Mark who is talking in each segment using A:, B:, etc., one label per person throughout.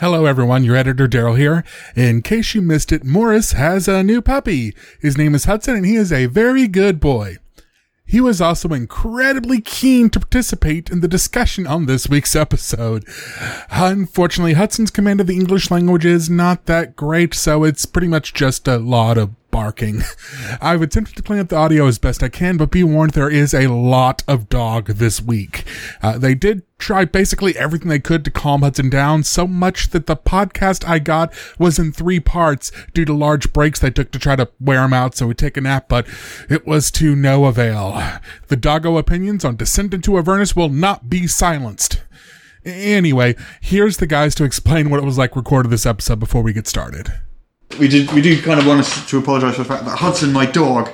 A: Hello, everyone. Your editor, Daryl, here. In case you missed it, Morris has a new puppy. His name is Hudson, and he is a very good boy. He was also incredibly keen to participate in the discussion on this week's episode. Unfortunately, Hudson's command of the English language is not that great, so it's pretty much just a lot of barking. I've attempted to clean up the audio as best I can, but be warned there is a lot of dog this week. Uh, they did try basically everything they could to calm Hudson down, so much that the podcast I got was in three parts due to large breaks they took to try to wear him out so he'd take a nap, but it was to no avail. The doggo opinions on Descent into Avernus will not be silenced. Anyway, here's the guys to explain what it was like recording this episode before we get started.
B: we did we do kind of want us to apologise for the fact that Hudson, my dog,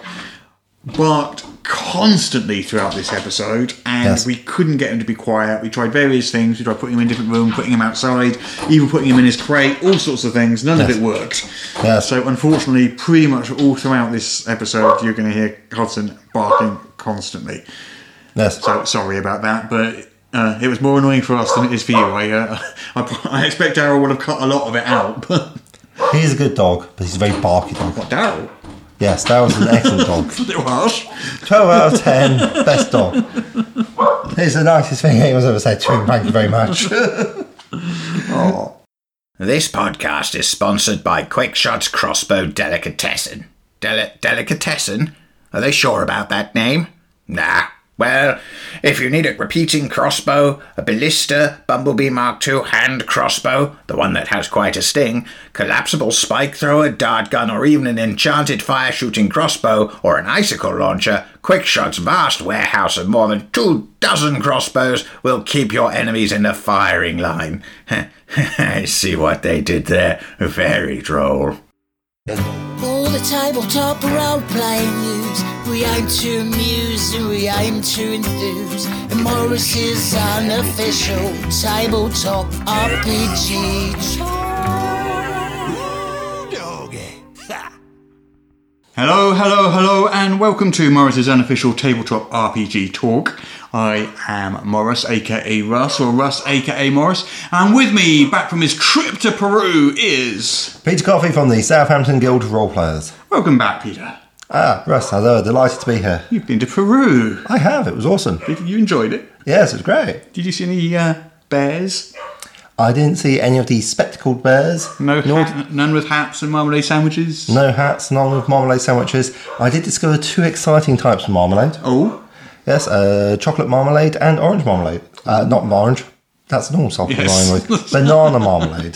B: barked constantly throughout this episode, and
C: Yes.
B: we couldn't get him to be quiet. We tried various things. We tried putting him in a different room, putting him outside, even putting him in his crate, all sorts of things. None
C: Yes.
B: of it worked.
C: Yes.
B: So unfortunately, pretty much all throughout this episode, you're going to hear Hudson barking constantly.
C: Yes.
B: So sorry about that, but. Uh, it was more annoying for us than it is for you. I, uh, I, I expect Daryl would have cut a lot of it out. But
C: He's a good dog, but he's a very barky dog.
B: Daryl,
C: Yes, that was an excellent dog.
B: a little harsh.
C: 12 out of 10, best dog. It's the nicest thing anyone's ever said to him, thank you very much.
D: This podcast is sponsored by Quickshot's Crossbow Delicatessen. Deli- delicatessen? Are they sure about that name? Nah. Well, if you need a repeating crossbow, a ballista, Bumblebee Mark II hand crossbow, the one that has quite a sting, collapsible spike thrower, dart gun, or even an enchanted fire shooting crossbow or an icicle launcher, Quickshot's vast warehouse of more than two dozen crossbows will keep your enemies in the firing line. I see what they did there. Very droll.
E: All the tabletop role playing news. We aim to amuse and we aim to enthuse. And Morris is unofficial tabletop RPG.
B: Hello, hello, hello, and welcome to Morris's unofficial tabletop RPG talk. I am Morris, aka Russ, or Russ, aka Morris, and with me, back from his trip to Peru, is.
C: Peter Coffey from the Southampton Guild of Roleplayers.
B: Welcome back, Peter.
C: Ah, Russ, hello, delighted to be here.
B: You've been to Peru.
C: I have, it was awesome.
B: Did- You enjoyed it?
C: Yes, it was great.
B: Did you see any uh, bears?
C: I didn't see any of the spectacled bears.
B: No,
C: nor-
B: hat, none with hats and marmalade sandwiches.
C: no hats, none with marmalade sandwiches. I did discover two exciting types of marmalade.
B: Oh,
C: Yes, uh, chocolate marmalade and orange marmalade. Uh, not orange. That's normal soft
B: Yes.
C: marmalade. Banana marmalade.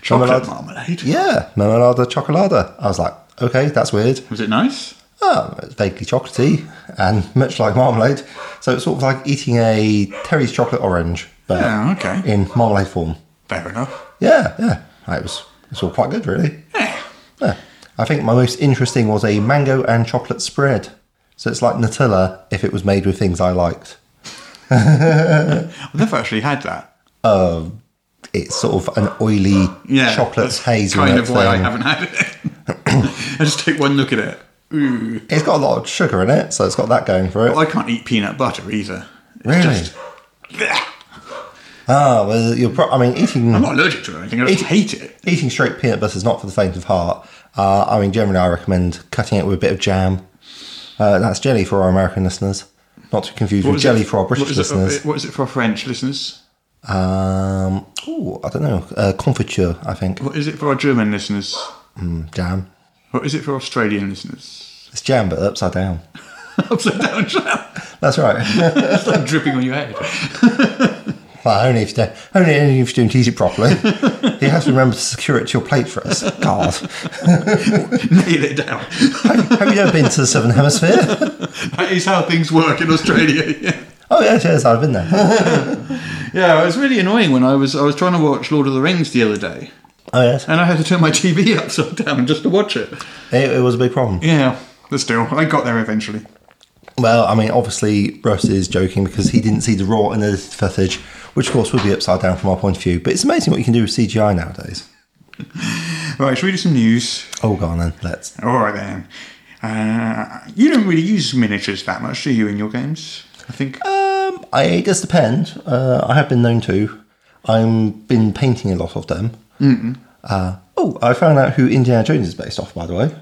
B: chocolate
C: Marmalade.
B: marmalade.
C: Yeah, marmalada chocolada. I was like, okay, that's weird.
B: Was it nice?
C: Oh, it's vaguely chocolatey and much like marmalade. So it's sort of like eating a Terry's chocolate orange, but
B: Yeah, okay.
C: in marmalade form.
B: Fair enough.
C: Yeah, yeah. It was, it was all quite good, really.
B: Yeah.
C: Yeah. I think my most interesting was a mango and chocolate spread. So it's like Nutella if it was made with things I liked.
B: I've never actually had that.
C: it's sort of an oily
B: Yeah.
C: chocolate
B: that's
C: hazelnut um,
B: Kind of why I
C: thing.
B: haven't had it. I just take one look at it. Ooh.
C: It's got a lot of sugar in it, so it's got that going for it.
B: Well, I can't eat peanut butter either. It's
C: Really?
B: Just, Blech.
C: ah, well, you're. Pro- I mean,
B: I'm
C: eating
B: not allergic to it or anything. I just hate it.
C: eating straight peanut butter is not for the faint of heart. Uh, I mean, generally, I recommend cutting it with a bit of jam. Uh, that's jelly for our American listeners, not to confuse with
B: is
C: jelly
B: it-
C: for our British
B: what is it-
C: listeners.
B: what is it for our French listeners?
C: um, oh, I don't know, uh, confiture. I think
B: What is it for our German listeners?
C: Mm, jam.
B: What is it for Australian listeners?
C: It's jam, but upside down.
B: Upside down jam.
C: That's right.
B: Stop dripping on your head.
C: Well, only if you don't, only if you don't eat it properly. you have to remember to secure it to your plate first. God.
B: Nail it down.
C: Have you ever been to the Southern Hemisphere?
B: That is how things work in Australia. Yeah.
C: Oh yes, yes, I've been there.
B: yeah, it was really annoying when I was I was trying to watch Lord of the Rings the other day,
C: Oh yes,
B: and I had to turn my TV upside down just to watch it.
C: it, it was a big problem.
B: Yeah, but still, I got there eventually.
C: Well, I mean, obviously Russ is joking because he didn't see the raw and edited footage, which of course would be upside down from our point of view. But it's amazing what you can do with CGI nowadays.
B: Right, should we do some news?
C: Oh, go on then, let's.
B: All right then. Uh, you don't really use miniatures that much, do you, in your games? I think.
C: Um, I, it does depend. Uh, I have been known to. I've been painting a lot of them. Uh, oh, I found out who Indiana Jones is based off, by the way.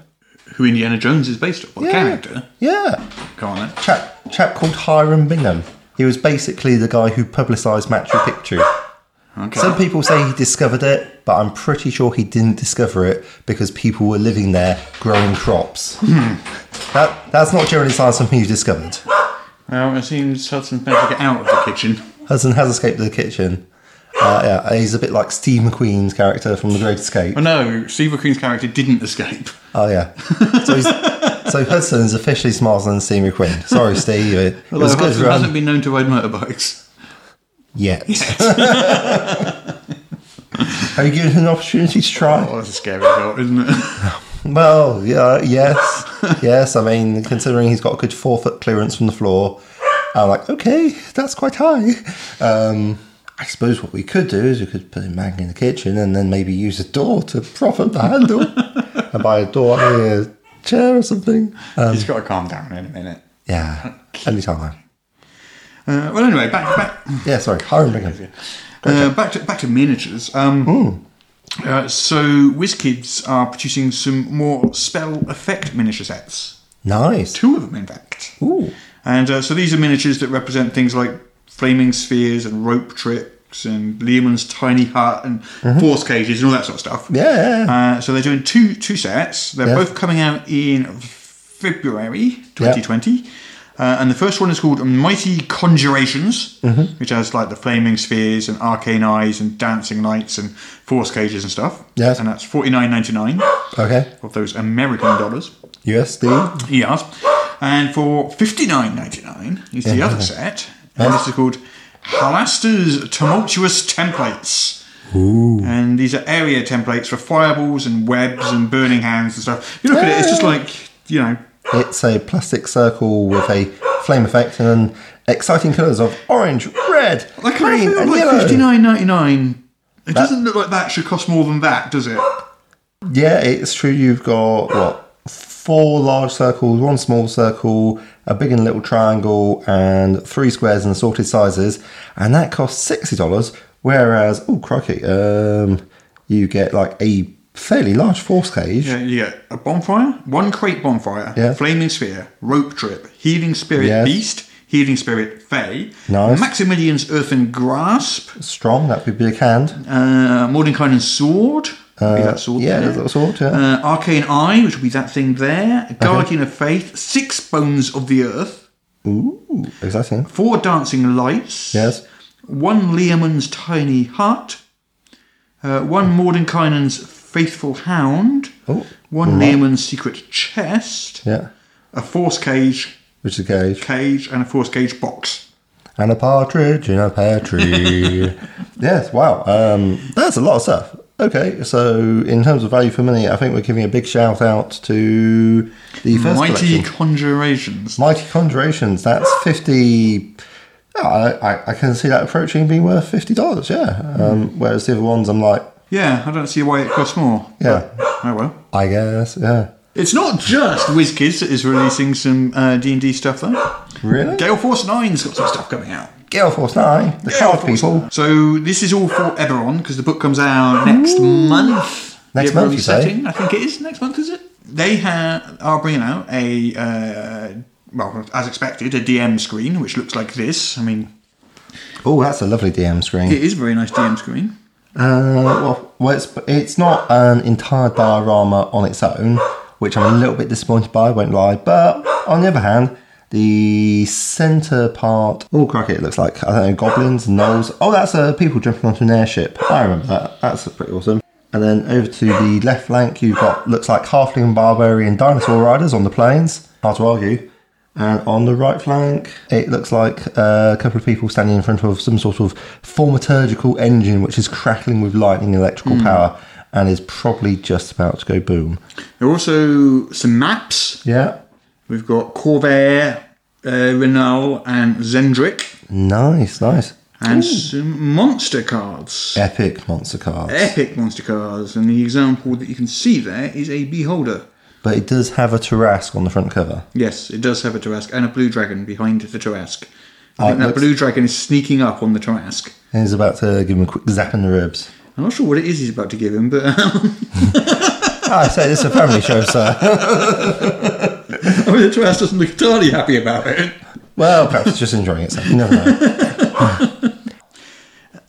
B: Who Indiana Jones is based upon? The character.
C: Yeah.
B: Come on then.
C: Chap, chap called Hiram Bingham. He was basically the guy who publicised Machu Picchu.
B: Okay.
C: Some people say he discovered it, but I'm pretty sure he didn't discover it because people were living there growing crops.
B: Hmm.
C: that, that's not generally a sign of something you've discovered.
B: Well, it seems Hudson's better get out of the kitchen.
C: Hudson has escaped the kitchen. Uh, yeah, he's a bit like Steve McQueen's character from The Great Escape.
B: Oh no, Steve McQueen's character didn't escape.
C: Oh yeah. So, he's, so Hudson is officially smarter than Steve McQueen. Sorry, Steve. It, it
B: Although
C: was a good um,
B: Hudson hasn't
C: run.
B: been known to ride motorbikes.
C: Yet. Have you given him an opportunity to try?
B: Oh, that's a scary thought, isn't it?
C: Well, yeah, yes, yes. I mean, considering he's got a good four foot clearance from the floor, I'm like, okay, that's quite high. Um, I suppose what we could do is we could put him back in the kitchen and then maybe use a door to prop up the handle. and by a door, I mean a chair or something.
B: He's got to calm down in a minute.
C: Yeah, anytime.
B: Uh, well, anyway, back back
C: Yeah, sorry, Hiram Bingham.
B: uh, back to back to miniatures. Um, uh, so WizKids are producing some more spell effect miniature sets.
C: Nice.
B: Two of them, in fact.
C: Ooh.
B: And uh, so these are miniatures that represent things like flaming spheres and rope tricks and Lehman's tiny hut and force cages and all that sort of stuff.
C: Yeah.
B: Uh, so they're doing two two sets. They're
C: Yeah.
B: both coming out in February 2020. Uh, and the first one is called Mighty Conjurations,
C: Mm-hmm.
B: which has like the flaming spheres and arcane eyes and dancing lights and force cages and stuff.
C: Yes.
B: And that's forty nine ninety nine
C: Okay.
B: of those American dollars.
C: USD.
B: Yes. And for fifty nine ninety nine is the other set, and this is called Halaster's Tumultuous Templates. And these are area templates for fireballs and webs and burning hands and stuff. You look at it, it's just like you know,
C: It's a plastic circle with a flame effect and exciting colours of orange, red,
B: like I
C: green,
B: feel
C: and
B: like
C: yellow.
B: fifty nine ninety nine. It doesn't look like that should cost more than that, does it?
C: Yeah, it's true. You've got what four large circles, one small circle, a big and little triangle, and three squares in assorted sizes, and that costs sixty dollars. Whereas, oh crikey, um, you get like a fairly large force cage.
B: Yeah, you get a bonfire, one crate bonfire,
C: Yeah.
B: flaming sphere, rope trip, healing spirit
C: Yes.
B: beast, healing spirit fey,
C: Nice.
B: Maximilian's earthen grasp,
C: Strong, that would be a hand.
B: uh, Mordenkainen's sword, would be that sword
C: Uh, yeah,
B: there.
C: that little sword, yeah.
B: Uh, arcane eye, which would be that thing there, guardian of faith, six bones of the earth,
C: Ooh, exciting.
B: four dancing lights,
C: Yes.
B: one Leoman's tiny hut, uh, one Mordenkainen's faithful hound,
C: Oh,
B: one Leoman's secret chest.
C: Yeah,
B: a force cage
C: which is a cage
B: cage and a force cage box.
C: and a partridge in a pear tree. yes, wow. Um, that's a lot of stuff. Okay, so in terms of value for money, I think we're giving a big shout out to the first
B: Mighty
C: collection.
B: conjurations.
C: Mighty Conjurations. That's fifty. yeah, I, I, I can see that approaching being worth fifty dollars. Yeah. Um, whereas the other ones, I'm like,
B: Yeah, I don't see why it costs more.
C: yeah,
B: Oh well.
C: I guess, yeah.
B: It's not just WizKids that is releasing some uh, D&D stuff though.
C: Really?
B: Gale Force 9's got some stuff coming out.
C: Gale Force Nine, the card people.
B: So this is all for Eberron because the book comes out next month.
C: Next
B: The Eberron
C: month, you say?
B: setting, I think it is next month, is it? They ha- are bringing out a uh, well, as expected, a DM screen which looks like this. I mean,
C: Oh, that's a lovely DM screen.
B: it is a very nice DM screen.
C: Uh, well, well it's, it's not an entire diorama on its own, which I'm a little bit disappointed by, I won't lie. But on the other hand, the centre part. Oh, crack it looks like. I don't know, goblins, gnolls. Oh, that's uh, people jumping onto an airship. I remember that. That's pretty awesome. And then over to the left flank, you've got, looks like halfling, barbarian, dinosaur riders on the plains. Hard to argue. And on the right flank, it looks like uh, a couple of people standing in front of some sort of thaumaturgical engine which is crackling with lightning and electrical power and is probably just about to go boom.
B: There are also some maps.
C: Yeah.
B: We've got Corvair, uh, Renal, and Zendrick,
C: Nice, nice.
B: and some monster cards.
C: Epic monster cards.
B: Epic monster cards, and the example that you can see there is a Beholder.
C: But it does have a Tarrasque on the front cover.
B: Yes, it does have a Tarrasque and a blue dragon behind the Tarrasque. I think
C: Uh,
B: that
C: looks-
B: blue dragon is sneaking up on the Tarrasque.
C: And he's about to give him a quick zap in the ribs.
B: I'm not sure what it is he's about to give him, but
C: I say this is a family show, sir.
B: I mean, the Tarrasque doesn't look entirely happy about it.
C: Well, perhaps he's just enjoying itself. You never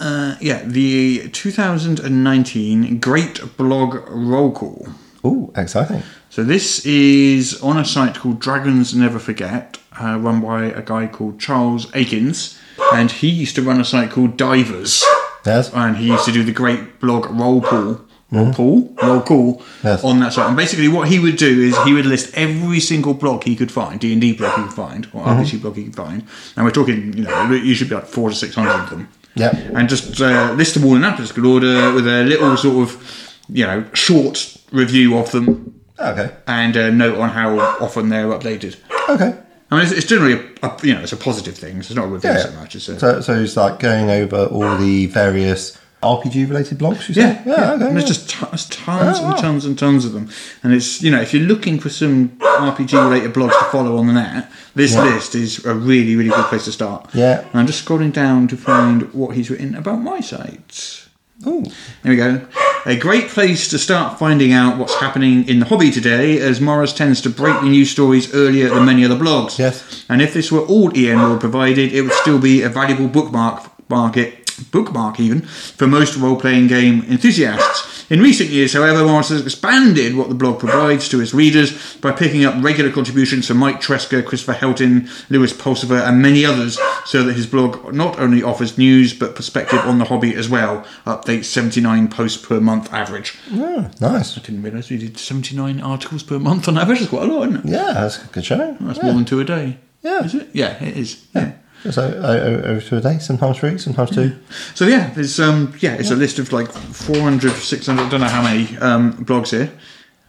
C: know.
B: Yeah, the 2019 Great Blog Roll Call.
C: Ooh, exciting.
B: So this is on a site called Dragons Never Forget, uh, run by a guy called Charles Akins, and he used to run a site called Divers,
C: Yes. Mm-hmm.
B: and he used to do the Great Blog Roll Pool. Roll pool, roll call
C: Yes.
B: on that site, and basically what he would do is he would list every single blog he could find, D and D blog he could find,
C: Mm-hmm.
B: or RPG blog he could find, and we're talking, you know, you should be like four to six hundred of them
C: Yep.
B: and just uh, list them all in alphabetical order with a little sort of, you know, short review of them
C: Okay.
B: and a note on how often they're updated.
C: Okay.
B: I mean, it's, it's generally, a, a- you know, it's a positive thing. so It's not a review
C: Yeah.
B: so much. It's uh, a,
C: So, so he's like going over all the various RPG related blogs, you say?
B: yeah, yeah,
C: okay.
B: And
C: yeah.
B: there's just t- there's tons
C: Oh,
B: and
C: wow.
B: tons and tons of them. And it's, you know, if you're looking for some RPG related blogs to follow on the net, this list is a really, really good place to start.
C: Yeah.
B: And I'm just scrolling down to find what he's written about my site.
C: Ooh.
B: There we go. A great place to start finding out what's happening in the hobby today, as Morris tends to break the news stories earlier than many other blogs.
C: Yes.
B: And if this were all EN World provided, it would still be a valuable bookmark market bookmark even for most role-playing game enthusiasts. In recent years, however, Morris has expanded what the blog provides to his readers by picking up regular contributions from Mike Tresker, Christopher Helton, Lewis Pulsifer, and many others, so that his blog not only offers news but perspective on the hobby as well. Updates 79 posts per month average.
C: Yeah, nice.
B: Didn't realise we did 79 articles per month on average. That's quite a lot, isn't it?
C: Yeah, that's a good show.
B: That's
C: yeah.
B: more than two a day.
C: Yeah.
B: Is it? Yeah, it is. yeah.
C: So uh, uh, over to a day, sometimes three, sometimes two.
B: So yeah, there's um yeah, it's a list of like 400, 600, I don't know how many um, blogs here.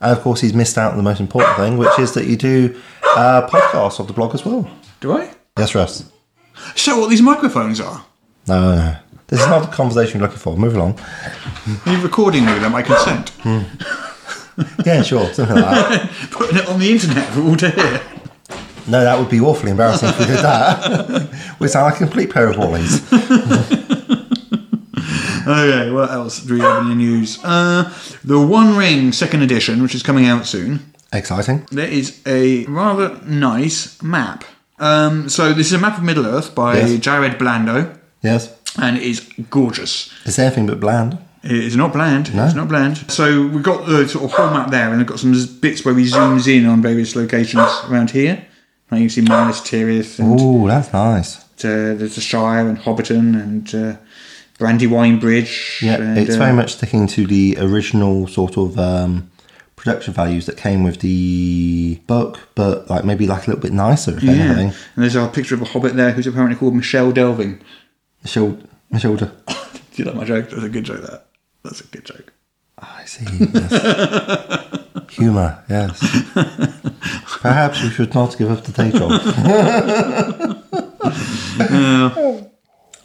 C: And of course, he's missed out on the most important thing, which is that you do uh, podcasts of the blog as well.
B: Do I?
C: Yes, Russ.
B: Show what these microphones are.
C: No, no. This is not the conversation you're looking for. Move along.
B: Are you recording me without my consent?
C: Yeah, sure. Something like that.
B: Putting it on the internet for all to hear.
C: No, that would be awfully embarrassing if we did that. we sound like a complete pair of wallies.
B: Okay, what else do we have in the news? Uh, the One Ring second edition, which is coming out soon.
C: Exciting.
B: There is a rather nice map. Um, so this is a map of Middle Earth by
C: Yes.
B: Jared Blando,
C: Yes.
B: and it is gorgeous.
C: It's anything but bland.
B: It's not bland.
C: No.
B: It's not bland. So we've got the sort of whole map there, and we've got some z- bits where we zooms in on various locations around here. Like you can see Minas Tirith, and uh,
C: Ooh, that's nice.
B: there's the Shire, and Hobbiton, and uh, Brandywine Bridge.
C: Yeah,
B: and,
C: it's
B: uh,
C: very much sticking to the original sort of um, production values that came with the book, but like maybe like a little bit nicer. If
B: Yeah,
C: anything.
B: and there's a picture of a hobbit there who's apparently called Michelle Delving.
C: Shoulder. Shoulder.
B: Do you like my joke? That's a good joke. That. That's a good joke.
C: I see. Yes. Humour, yes. Perhaps we should not give up the day job.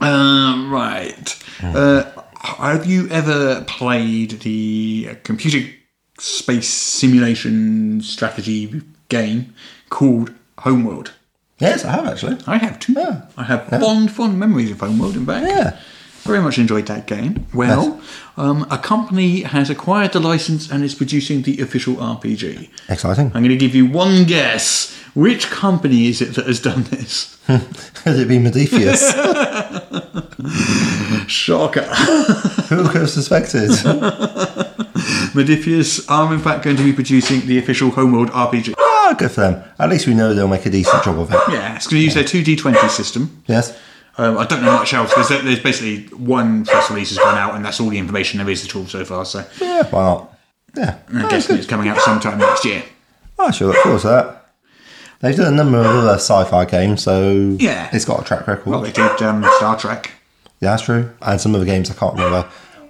B: Um, right.
C: Hmm.
B: Uh, have you ever played the computer space simulation strategy game called Homeworld?
C: yes, I have actually.
B: I have too.
C: Yeah.
B: I have fond, fond memories of Homeworld and back.
C: Yeah.
B: Very much enjoyed that game. Well, um, a company has acquired the license and is producing the official RPG.
C: Exciting.
B: I'm going to give you one guess. Which company is it that has done this?
C: Could it be Modifius?
B: Shocker.
C: Who could have suspected?
B: Modifius are in fact going to be producing the official Homeworld RPG.
C: Ah, good for them. At least we know they'll make a decent job of it.
B: Yeah, it's going to use their 2D20 system.
C: Yes.
B: Um, I don't know much else. There's, there's basically one press release has gone out, and that's all the information there is at all so far. So
C: Yeah. Why not? Yeah. Oh,
B: I'm guessing it's coming out sometime next year.
C: I Oh, sure look forward to that. They've done a number of other sci-fi games, so
B: Yeah.
C: it's got a track record.
B: Well, they did um, Star Trek.
C: Yeah, that's true. And some other games I can't remember,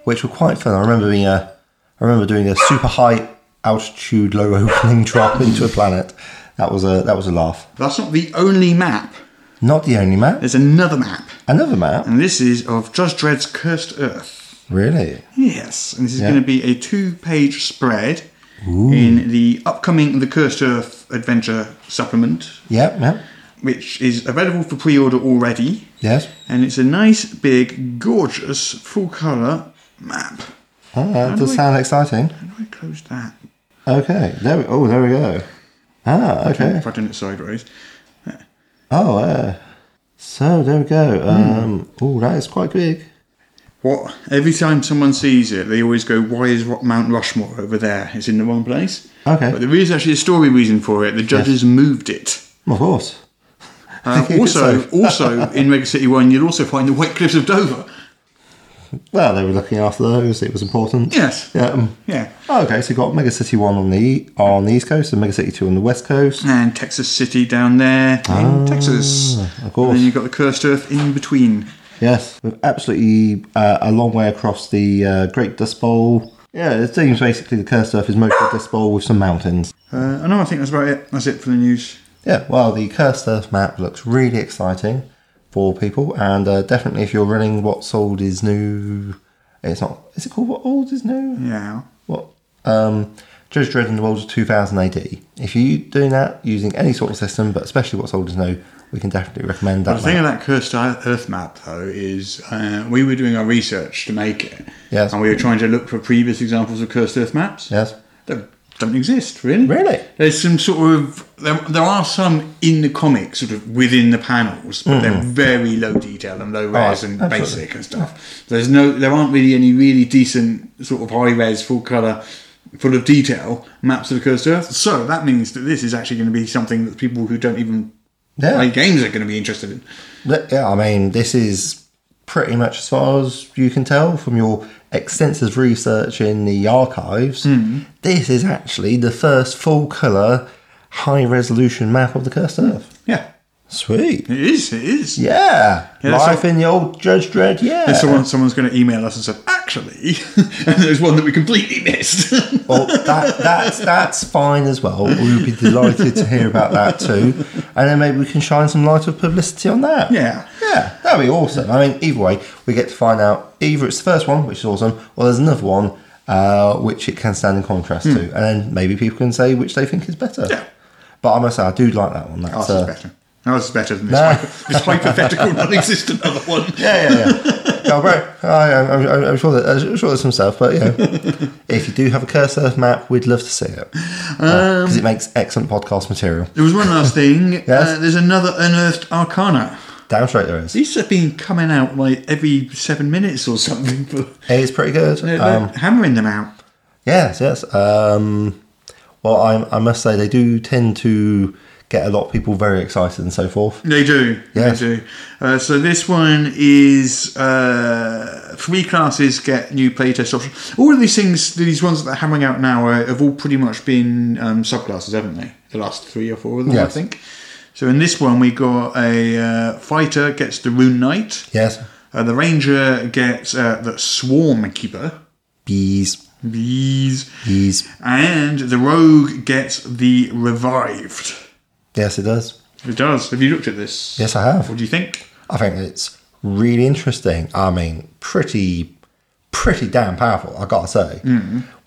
C: which were quite fun. I remember being a, I remember doing a super high altitude low opening drop into a planet. That was a that was a laugh.
B: That's not the only map.
C: Not the only map.
B: There's another map,
C: Another map.
B: and this is of Judge Dredd's Cursed Earth.
C: Really?
B: Yes, and this is
C: Yeah.
B: going to be a two-page spread in the upcoming The Cursed Earth Adventure supplement.
C: Yep. Yep.
B: which is available for pre order already.
C: Yes.
B: And it's a nice, big, gorgeous, full colour map.
C: Oh, that
B: do
C: does
B: I-
C: sound exciting.
B: How do I close that?
C: Okay. There. We, oh, there we go. Ah. Okay.
B: If I done it sideways.
C: Oh. Uh, so there we go. Um.
B: Hmm.
C: Oh, that is quite big.
B: What? Every time someone sees it, they always go, "Why is Ro- Mount Rushmore over there? It's in the wrong place."
C: Okay.
B: But there is actually a story reason for it. The judges moved it.
C: Of course.
B: Uh,
C: It's
B: also,
C: so-
B: also in Mega City One, you'll also find the White Cliffs of Dover.
C: Well, they were looking after those. It was important.
B: Yes.
C: Yeah. Um,
B: Yeah.
C: okay, so you've got Mega City 1 on the on the East Coast and Mega City 2 on the West Coast.
B: And Texas City down there in Texas.
C: Ah, of course.
B: And then you've got the Cursed Earth in between.
C: Yes, with absolutely uh, a long way across the uh, Great Dust Bowl. Yeah, it seems basically the cursed earth is mostly a dust bowl with some mountains.
B: Uh, I know. I think that's about it. That's it for the news.
C: Yeah, well, the cursed earth map looks really exciting for people, and uh, definitely if you're running what's old is new, it's not. Is it called what old is new?
B: Yeah.
C: What? Um, Judge Dredd in the world of 2000 AD. If you're doing that using any sort of system, but especially what's old is new, we can definitely recommend
B: But the
C: that.
B: thing
C: map.
B: of that cursed Earth map, though, is uh, we were doing our research to make it,
C: Yes.
B: and we were trying to look for previous examples of cursed Earth maps.
C: Yes.
B: that don't exist really.
C: Really?
B: There's some sort of there, there are some in the comics, sort of within the panels, but they're very low detail and low res and
C: Mm. absolutely.
B: basic and stuff. There's no, there aren't really any really decent sort of high res, full color, full of detail maps of the cursed earth. So that means that this is actually going to be something that people who don't even
C: Yeah.
B: play games are going to be interested in.
C: Th- Yeah, I mean, this is pretty much as far as you can tell from your extensive research in the archives. This is actually the first full colour, high resolution map of the cursed earth.
B: Yeah,
C: Sweet.
B: it is. It is.
C: Yeah.
B: Yeah,
C: Life
B: so-
C: in the old Judge Dredd, yeah.
B: If someone, someone's going to email us and said, actually, and there's one that we completely missed.
C: well, that, that's, that's fine as well. We'll be delighted to hear about that too. And then maybe we can shine some light of publicity on that.
B: yeah.
C: Yeah, that'd be awesome. I mean, either way, we get to find out either it's the first one, which is awesome, or there's another one uh, which it can stand in contrast to, and then maybe people can say which they think is better.
B: Hmm. Yeah.
C: But I must say, I do like that one. That's
B: Ours
C: uh,
B: is better. Ours is better than this,
C: Nah.
B: hypo- this hypothetical non-existent other one.
C: Yeah, yeah, yeah. no, bro, I, I'm, I'm, I'm sure that I'm sure there's some stuff, but you know, if you do have a cursed earth map, we'd love to see it because it makes excellent podcast material.
B: There was one last thing. uh,
C: Yes?
B: there's another unearthed arcana.
C: Damn straight there is.
B: These have been coming out like every seven minutes or something. But
C: It's pretty good.
B: they're,
C: Um,
B: they're hammering them out.
C: Yes, yes. Um, well, I, I must say they do tend to get a lot of people very excited and so forth.
B: They do.
C: Yes.
B: They do. Uh, so this one is uh, three classes get new playtest options. All of these things, these ones that they're hammering out now, are, have all pretty much been um, subclasses, haven't they? The last three or four of them, I
C: Yes.
B: think. So in this one, we got a uh, fighter gets the rune knight.
C: Yes,
B: Uh, the ranger gets uh, the swarm keeper.
C: bees,
B: Bees.
C: bees.
B: And the rogue gets the revived.
C: Yes, it does.
B: It does. Have you looked at this?
C: Yes, I have.
B: What do you think?
C: I think it's really interesting. I mean, pretty, pretty damn powerful. I gotta say.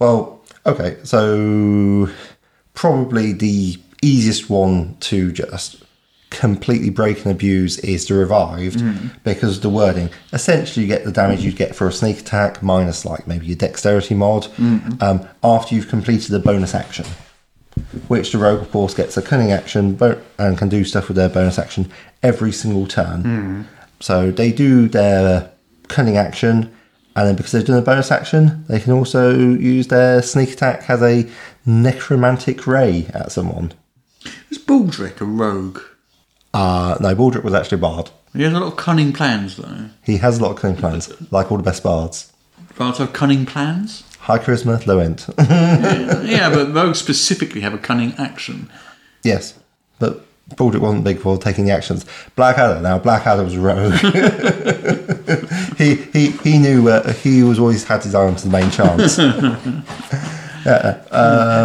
C: Well, okay, so probably the easiest one to just completely break and abuse is the revived because of the wording. Essentially, you get the damage you'd get for a sneak attack minus like maybe your dexterity mod um, after you've completed a bonus action which the rogue of course gets a cunning action bo- and can do stuff with their bonus action every single turn. So they do their cunning action, and then because they've done a bonus action, they can also use their sneak attack as a necromantic ray at someone.
B: Is Baldric a rogue?
C: Uh, no, Baldric was actually a bard.
B: He has a lot of cunning plans, though.
C: He has a lot of cunning plans, like all the best bards.
B: Bards have cunning plans.
C: High charisma, low int.
B: yeah, but rogues specifically have a cunning action.
C: yes, but Baldric wasn't big for taking the actions. Blackadder now, Blackadder was a rogue. he he he knew uh, he was always had his eye on to the main chance. Uh,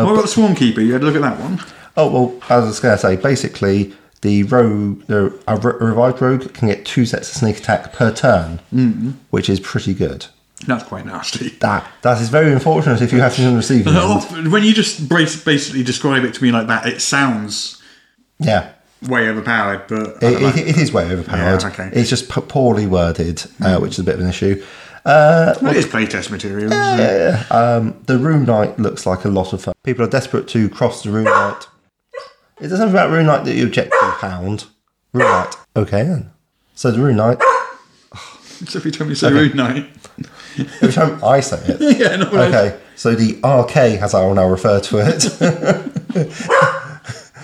B: what about Swarmkeeper? You had a look at that one.
C: oh well, as I was going to say, basically the rogue, the a re- a revived rogue can get two sets of sneak attack per turn,
B: Mm-hmm.
C: which is pretty good.
B: That's quite nasty.
C: That that is very unfortunate if you have to receive.
B: Often- When you just bas- basically describe it to me like that, it sounds
C: Yeah.
B: way overpowered, but I
C: It,
B: don't know.
C: it, it is way overpowered.
B: Yeah, okay. Mm.
C: It's just p- poorly worded, uh, which is a bit of an issue.
B: Well, it is playtest material. isn't it?
C: The room night looks like a lot of fun. People are desperate to cross the room night. Is there something about room night that you object to, Hound? Room night. Okay then. So the room night.
B: It's every time you say rude night.
C: Every time I say it.
B: Yeah, no, no.
C: Okay, so the RK, as I will now refer to it.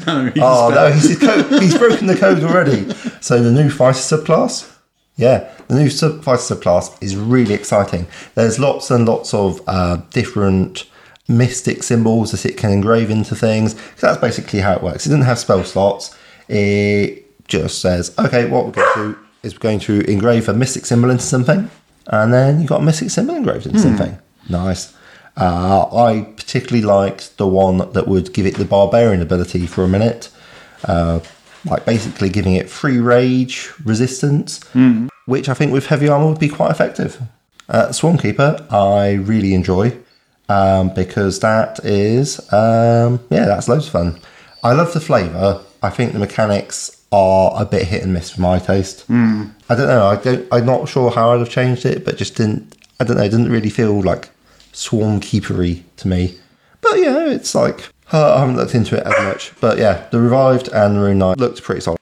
B: No, he's
C: oh
B: better.
C: no, he's, his code, he's broken the code already. So the new fighter subclass. Yeah, the new sub, fighter subclass is really exciting. There's lots and lots of uh, different mystic symbols that it can engrave into things. So that's basically how it works. It doesn't have spell slots. It just says, okay, what we're going to do is we're going to engrave a mystic symbol into something, and then you got a mystic symbol engraved into something. Nice. Uh, I particularly liked the one that would give it the barbarian ability for a minute, uh, like basically giving it free rage resistance, which I think with heavy armor would be quite effective. Uh, Swarmkeeper, I really enjoy um, because that is um, yeah, that's loads of fun. I love the flavour. I think the mechanics are a bit hit and miss for my taste. I don't know. I don't. I'm not sure how I'd have changed it, but just didn't. I don't know. It didn't really feel like swarm keepery to me. But yeah, it's like uh, I haven't looked into it as much. But yeah, the revived and the rune knight looked pretty solid.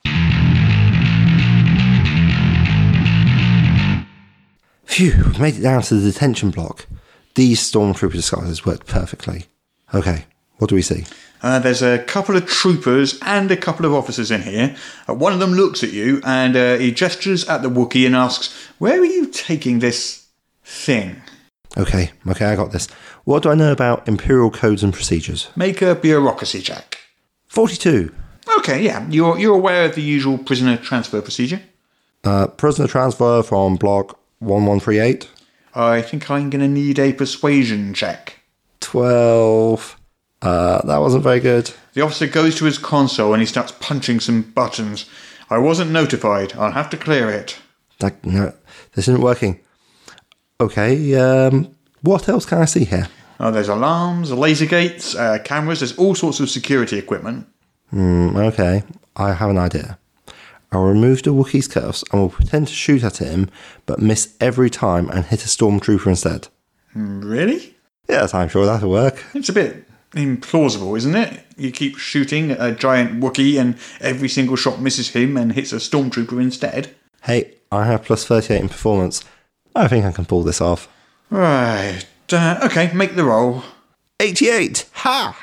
C: Phew, we've made it down to the detention block. These stormtrooper disguises worked perfectly. Okay, what do we see?
B: Uh, there's a couple of troopers and a couple of officers in here. Uh, one of them looks at you and uh, he gestures at the Wookiee and asks, Where are you taking this thing?
C: Okay, okay, I got this. What do I know about imperial codes and procedures?
B: Make a bureaucracy check.
C: 42.
B: Okay, yeah, you're, you're aware of the usual prisoner transfer procedure.
C: Uh, prisoner transfer from block 1138.
B: I think I'm going to need a persuasion check.
C: 12. Uh, that wasn't very good.
B: The officer goes to his console and he starts punching some buttons. I wasn't notified. I'll have to clear it.
C: That, no, this isn't working. Okay, um, what else can I see here?
B: Uh, there's alarms, laser gates, uh, cameras, there's all sorts of security equipment.
C: Mm, Okay, I have an idea. I'll remove the Wookiee's cuffs and will pretend to shoot at him, but miss every time and hit a stormtrooper instead.
B: Hmm, Really?
C: Yes, I'm sure that'll work.
B: It's a bit implausible, isn't it? You keep shooting at a giant Wookiee and every single shot misses him and hits a stormtrooper instead.
C: Hey, I have plus 38 in performance. I think I can pull this off.
B: Right. Uh, okay, make the roll.
C: 88! Ha!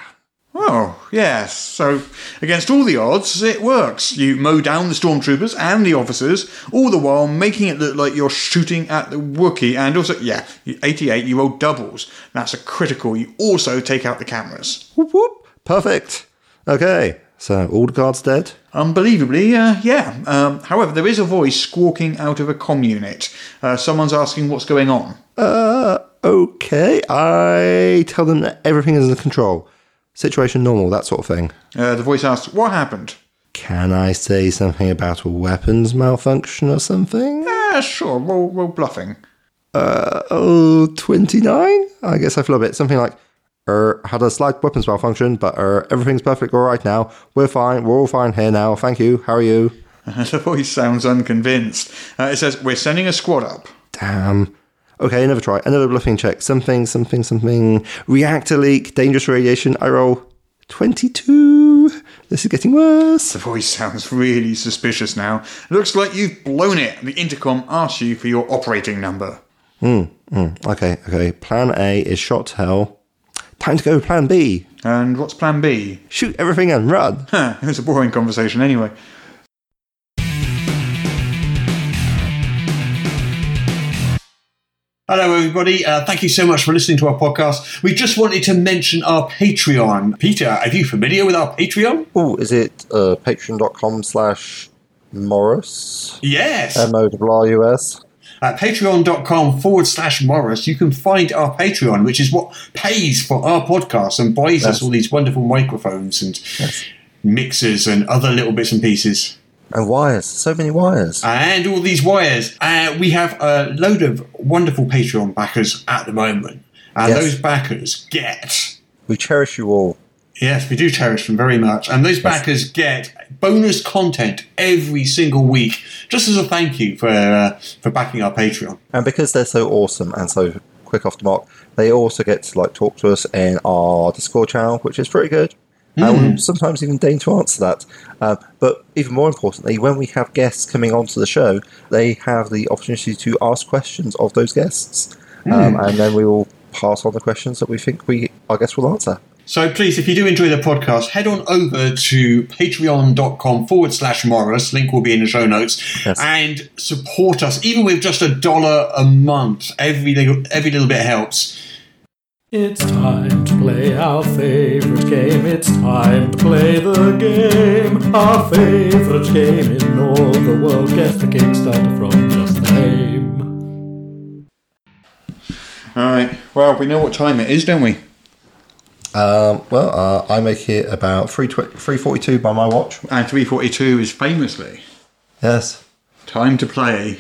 B: Oh, yes. So, against all the odds, it works. You mow down the stormtroopers and the officers, all the while making it look like you're shooting at the Wookiee. And also, yeah, you- 88, you roll doubles. That's a critical. You also take out the cameras.
C: Whoop whoop! Perfect! Okay, so all the guards dead?
B: Unbelievably, uh, yeah. Um, however, there is a voice squawking out of a comm unit. Uh, someone's asking what's going on.
C: Uh, okay, I tell them that everything is under control. Situation normal, that sort of thing.
B: Uh, the voice asks, What happened?
C: Can I say something about a weapons malfunction or something?
B: Ah, sure, roll, roll bluffing.
C: Oh, 29? I guess I flub it. Something like, er, had a slight weapons malfunction, but er, everything's perfect all right now. We're fine. We're all fine here now. Thank you. How are you?
B: the voice sounds unconvinced. Uh, it says, We're sending a squad up.
C: Damn. Okay, another try. Another bluffing check. Something, something, something. Reactor leak. Dangerous radiation. I roll 22. This is getting worse.
B: The voice sounds really suspicious now. Looks like you've blown it. The intercom asks you for your operating number.
C: Okay, okay. Plan A is shot to hell. Time to go with plan B.
B: And what's plan B?
C: Shoot everything and run.
B: Huh, it was a boring conversation anyway.
F: Hello, everybody. Uh, thank you so much for listening to our podcast. We just wanted to mention our Patreon. Peter, are you familiar with our Patreon?
C: Oh, is it uh, patreon.com slash Morris?
F: Yes.
C: Um, M-O-R-R-U-S?
F: At patreon.com forward slash Morris, you can find our Patreon, which is what pays for our podcast and buys us all these wonderful microphones and mixers and other little bits and pieces.
C: And wires. So many wires.
F: and all these wires. Uh, we have a load of wonderful Patreon backers at the moment, and
C: Yes.
F: those backers get
C: We cherish you all.
F: Yes, we do cherish them very much. And those backers get bonus content every single week, just as a thank you for uh, for backing our Patreon.
C: And because they're so awesome and so quick off the mark, they also get to like talk to us in our Discord channel, which is pretty good. And we sometimes even deign to answer that. Um, but even more importantly, when we have guests coming onto the show, they have the opportunity to ask questions of those guests, um, and then we will pass on the questions that we think we our guests will answer.
F: So please, if you do enjoy the podcast, head on over to patreon.com forward slash Morris. Link will be in the show notes.
C: Yes.
F: And support us, even with just a dollar a month. Every little, every little bit helps.
G: It's time to play our favorite game. It's time to play the game. Our favorite game in all the world. Guess the Kickstarter from just the name.
B: All right. Well, we know what time it is, don't we?
C: Um, well, uh, I make it about three three forty two by my watch.
B: And 342 is famously
C: Yes,
B: time to play.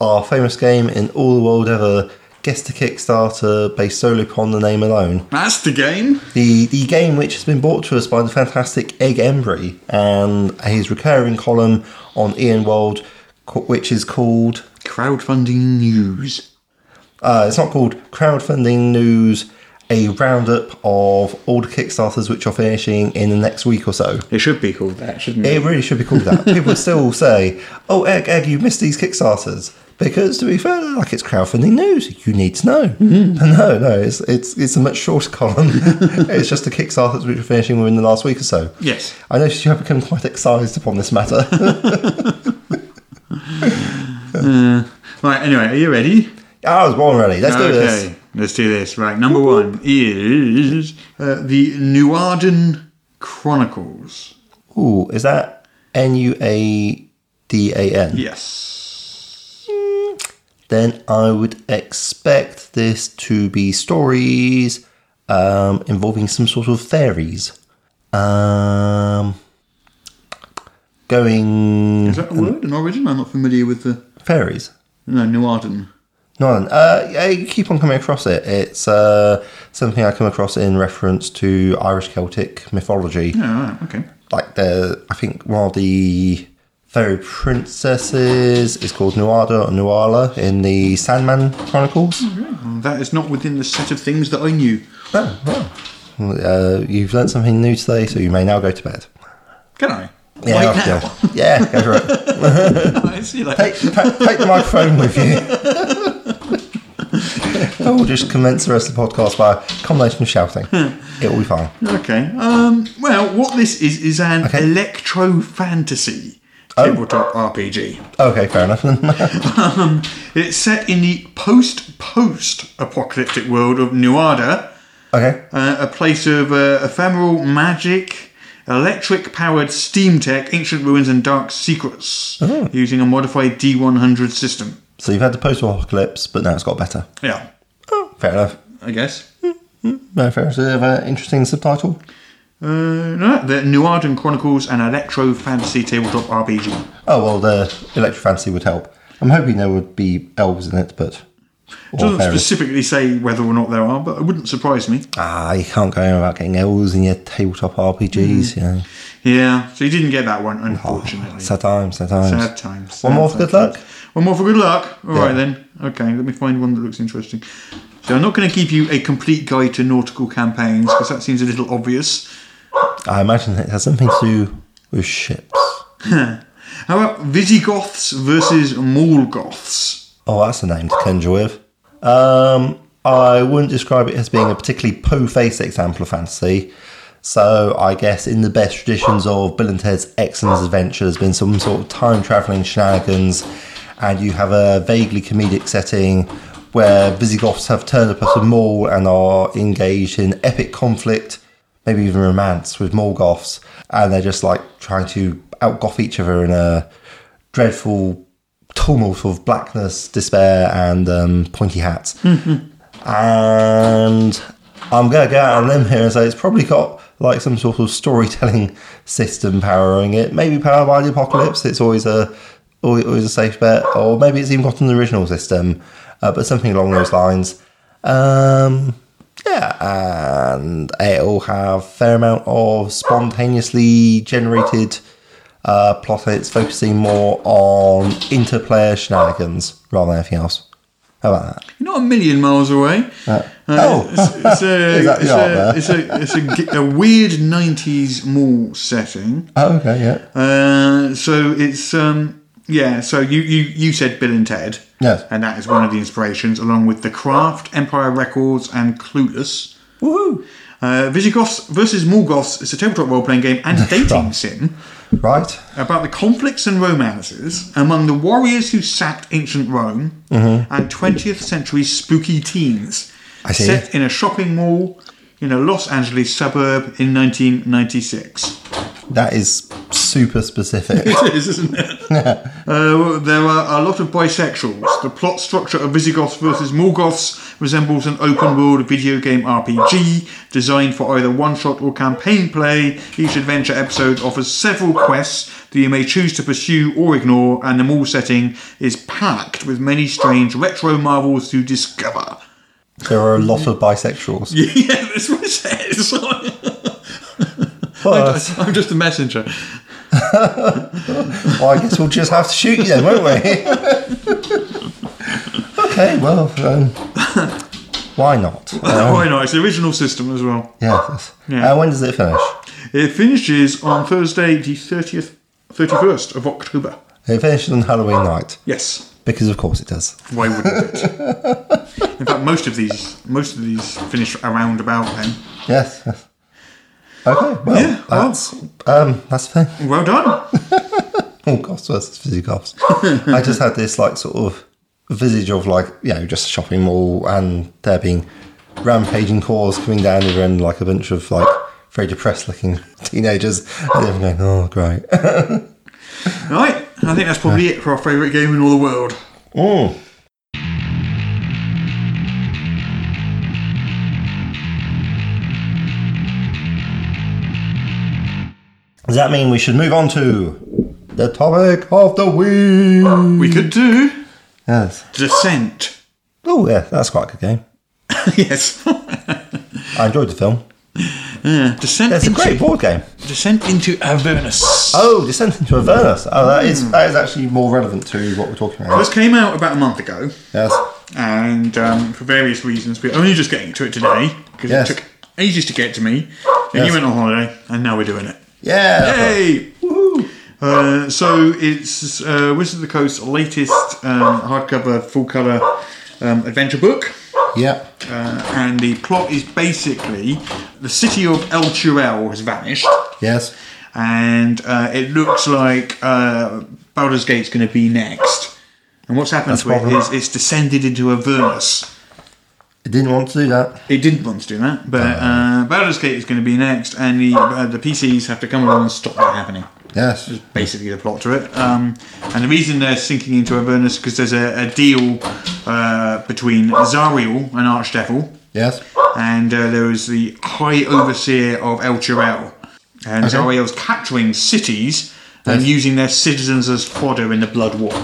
C: our famous game in all the world ever. Guess the Kickstarter based solely upon the name alone.
B: That's the game.
C: The the game which has been brought to us by the fantastic Egg Embry and his recurring column on Ian Wold, co- which is called
B: Crowdfunding news.
C: uh, it's not called crowdfunding news, a roundup of all the kickstarters which are finishing in the next week or so.
B: It should be called that, shouldn't it?
C: It really should be called that. People still say, "Oh, Egg, Egg, you missed these kickstarters." Because to be fair, like it's crowdfunding news, you need to know. No, no, it's it's it's a much shorter column. it's just the kickstarters which are finishing within the last week or so.
B: Yes.
C: I noticed you have become quite excised upon this matter.
B: Right, anyway, are you ready?
C: I was born ready. Let's do this.
B: Let's do this. Right, number one is uh, the Newarden Chronicles.
C: Ooh, is that N U A D A N?
B: Yes.
C: Then I would expect this to be stories um, involving some sort of fairies. Um, going
B: Is that a word in origin? I'm not familiar with the.
C: fairies.
B: No, Newarden.
C: No, uh, yeah, you keep on coming across it. It's uh, something I come across in reference to Irish Celtic mythology.
B: Oh, right, okay.
C: like the I think one of the fairy princesses is called Nuada or Nuala in the Sandman Chronicles.
B: Well, That is not within the set of things that I knew.
C: Uh, you've learnt something new today, so you may now go to bed.
B: Can I?
C: Yeah,
B: Right
C: off you
B: now.
C: go. yeah, go for it.
B: I see that.
C: Take, ta- take the microphone with you. I will just commence the rest of the podcast by a combination of shouting. It will be fine.
B: Okay. Um, well, what this is is an
C: Okay. Oh.
B: electro fantasy tabletop RPG.
C: Okay, fair enough.
B: It's set in the post post apocalyptic world of Nuada,
C: okay.
B: uh, a place of uh, ephemeral magic, electric powered steam tech, ancient ruins, and dark secrets, using a modified D100 system.
C: So you've had the post apocalypse, but now it's got better.
B: Yeah,
C: Fair enough.
B: I guess.
C: No, fair enough. Do you have an interesting subtitle?
B: Uh, no, the Nuarden Chronicles, an electro fantasy tabletop RPG.
C: Oh well, the electro fantasy would help. I'm hoping there would be elves in it, but
B: It
C: or
B: doesn't
C: fairies.
B: specifically say whether or not there are, but it wouldn't surprise me.
C: ah, you can't go on about getting elves in your tabletop RPGs.
B: Mm-hmm.
C: You know,
B: Yeah, so you didn't get that one, unfortunately.
C: sad times, sad times.
B: Sad times.
C: One
B: sad
C: more for good
B: times.
C: luck?
B: One more for good luck. All right
C: Yeah.
B: then. Okay, let me find one that looks interesting. So I'm not going to give you a complete guide to nautical campaigns because that seems a little obvious.
C: I imagine it has something to do with ships.
B: How about Visigoths versus Morgoths?
C: Oh, that's a name to conjure with. Um, I wouldn't describe it as being a particularly po-faced example of fantasy. So I guess in the best traditions of Bill and Ted's Excellent Adventure, there's been some sort of time traveling shenanigans, and you have a vaguely comedic setting where Visigoths have turned up at a mall and are engaged in epic conflict, maybe even romance with Morgoths, and they're just like trying to outgoff each other in a dreadful tumult of blackness, despair, and um, pointy hats. and I'm going to go out on a limb here and say it's probably got like some sort of storytelling system powering it. Maybe powered by the apocalypse. It's always a always, always a safe bet, or maybe it's even got an original system, uh, but something along those lines. Um, Yeah, and it'll have fair amount of spontaneously generated uh, plot hits focusing more on interplayer shenanigans rather than anything else. How about that?
B: You're not a million miles away. Uh,
C: oh.
B: it's, it's a,
C: Is that
B: it's,
C: the art
B: a,
C: there?
B: it's, a, it's a g- a weird 90s mall setting.
C: Oh, okay, yeah.
B: Uh, so it's um yeah so you, you you said bill and ted
C: Yes.
B: and that is one of the inspirations along with the craft empire records and clueless
C: Woohoo!
B: uh, Visigoths versus Morgoths is a tabletop role-playing game and dating sim
C: Right.
B: about the conflicts and romances among the warriors who sacked ancient Rome and 20th century spooky teens
C: Mm-hmm. I see.
B: set in a shopping mall in a Los Angeles suburb in 1996.
C: That is super specific.
B: It is, isn't it? uh, there are a lot of bisexuals. The plot structure of Visigoths versus Morgoths resembles an open world video game RPG designed for either one shot or campaign play. Each adventure episode offers several quests that you may choose to pursue or ignore, and the mall setting is packed with many strange retro marvels to discover.
C: there are a lot of bisexuals.
B: yeah, that's what it says.
C: But,
B: I'm just a messenger.
C: well, I guess we'll just have to shoot you then, won't we? okay, well, um, why not? Uh,
B: Why not? It's the original system as well.
C: yes.
B: Yeah.
C: Uh, when does it finish?
B: It finishes on Thursday, the 30th, 31st of October.
C: It finishes on Halloween night,
B: Yes.
C: because of course it does.
B: Why wouldn't it? In fact, most of these, most of these finish around about then.
C: Yes. yes. Okay, well,
B: Yeah, well.
C: that's, um, that's the thing.
B: Well done.
C: Oh, gosh, versus Visigoths. I just had this like sort of visage of like you know just a shopping mall and there being rampaging cores coming down the end like a bunch of like very depressed looking teenagers and everyone going oh great
B: Right. I think that's probably it for our favourite game in all the world.
C: Mm. Does that mean we should move on to the topic of the week?
B: Oh, We could do
C: Yes.
B: Descent.
C: Oh yeah, that's quite a good game.
B: yes.
C: I enjoyed the film.
B: Descent
C: It's a
B: into,
C: great board game.
B: Descent into Avernus.
C: Oh, Descent into Avernus. Oh, that is that is actually more relevant to what we're talking about.
B: This came out about a month ago,
C: Yes.
B: and um, for various reasons, we're only just getting to it today because
C: Yes.
B: it took ages to get to me. And
C: Yes. Uh-huh.
B: you went on holiday, and now we're doing it.
C: Yeah.
B: Hey! Uh, so it's uh, Wizard of the Coast's latest um, hardcover, full colour um, adventure book,
C: Yeah.
B: uh, and the plot is basically the city of El Churel has vanished,
C: Yes.
B: and uh, it looks like uh, Baldur's Gate's going to be next. And what's happened
C: That's
B: to it
C: probably-
B: is it's descended into Avernus.
C: I didn't want to do that.
B: It didn't want to do that, but uh, Baldur's Gate is going to be next, and the uh, the PCs have to come along and stop that happening.
C: Yes.
B: basically the plot to it. Um, and the reason they're sinking into Avernus is because there's a, a deal uh, between Zariel, an archdevil,
C: Yes.
B: and uh, there was the High Overseer of El Chirel. And
C: Okay.
B: Zariel's capturing cities and
C: Yes.
B: using their citizens as fodder in the Blood War,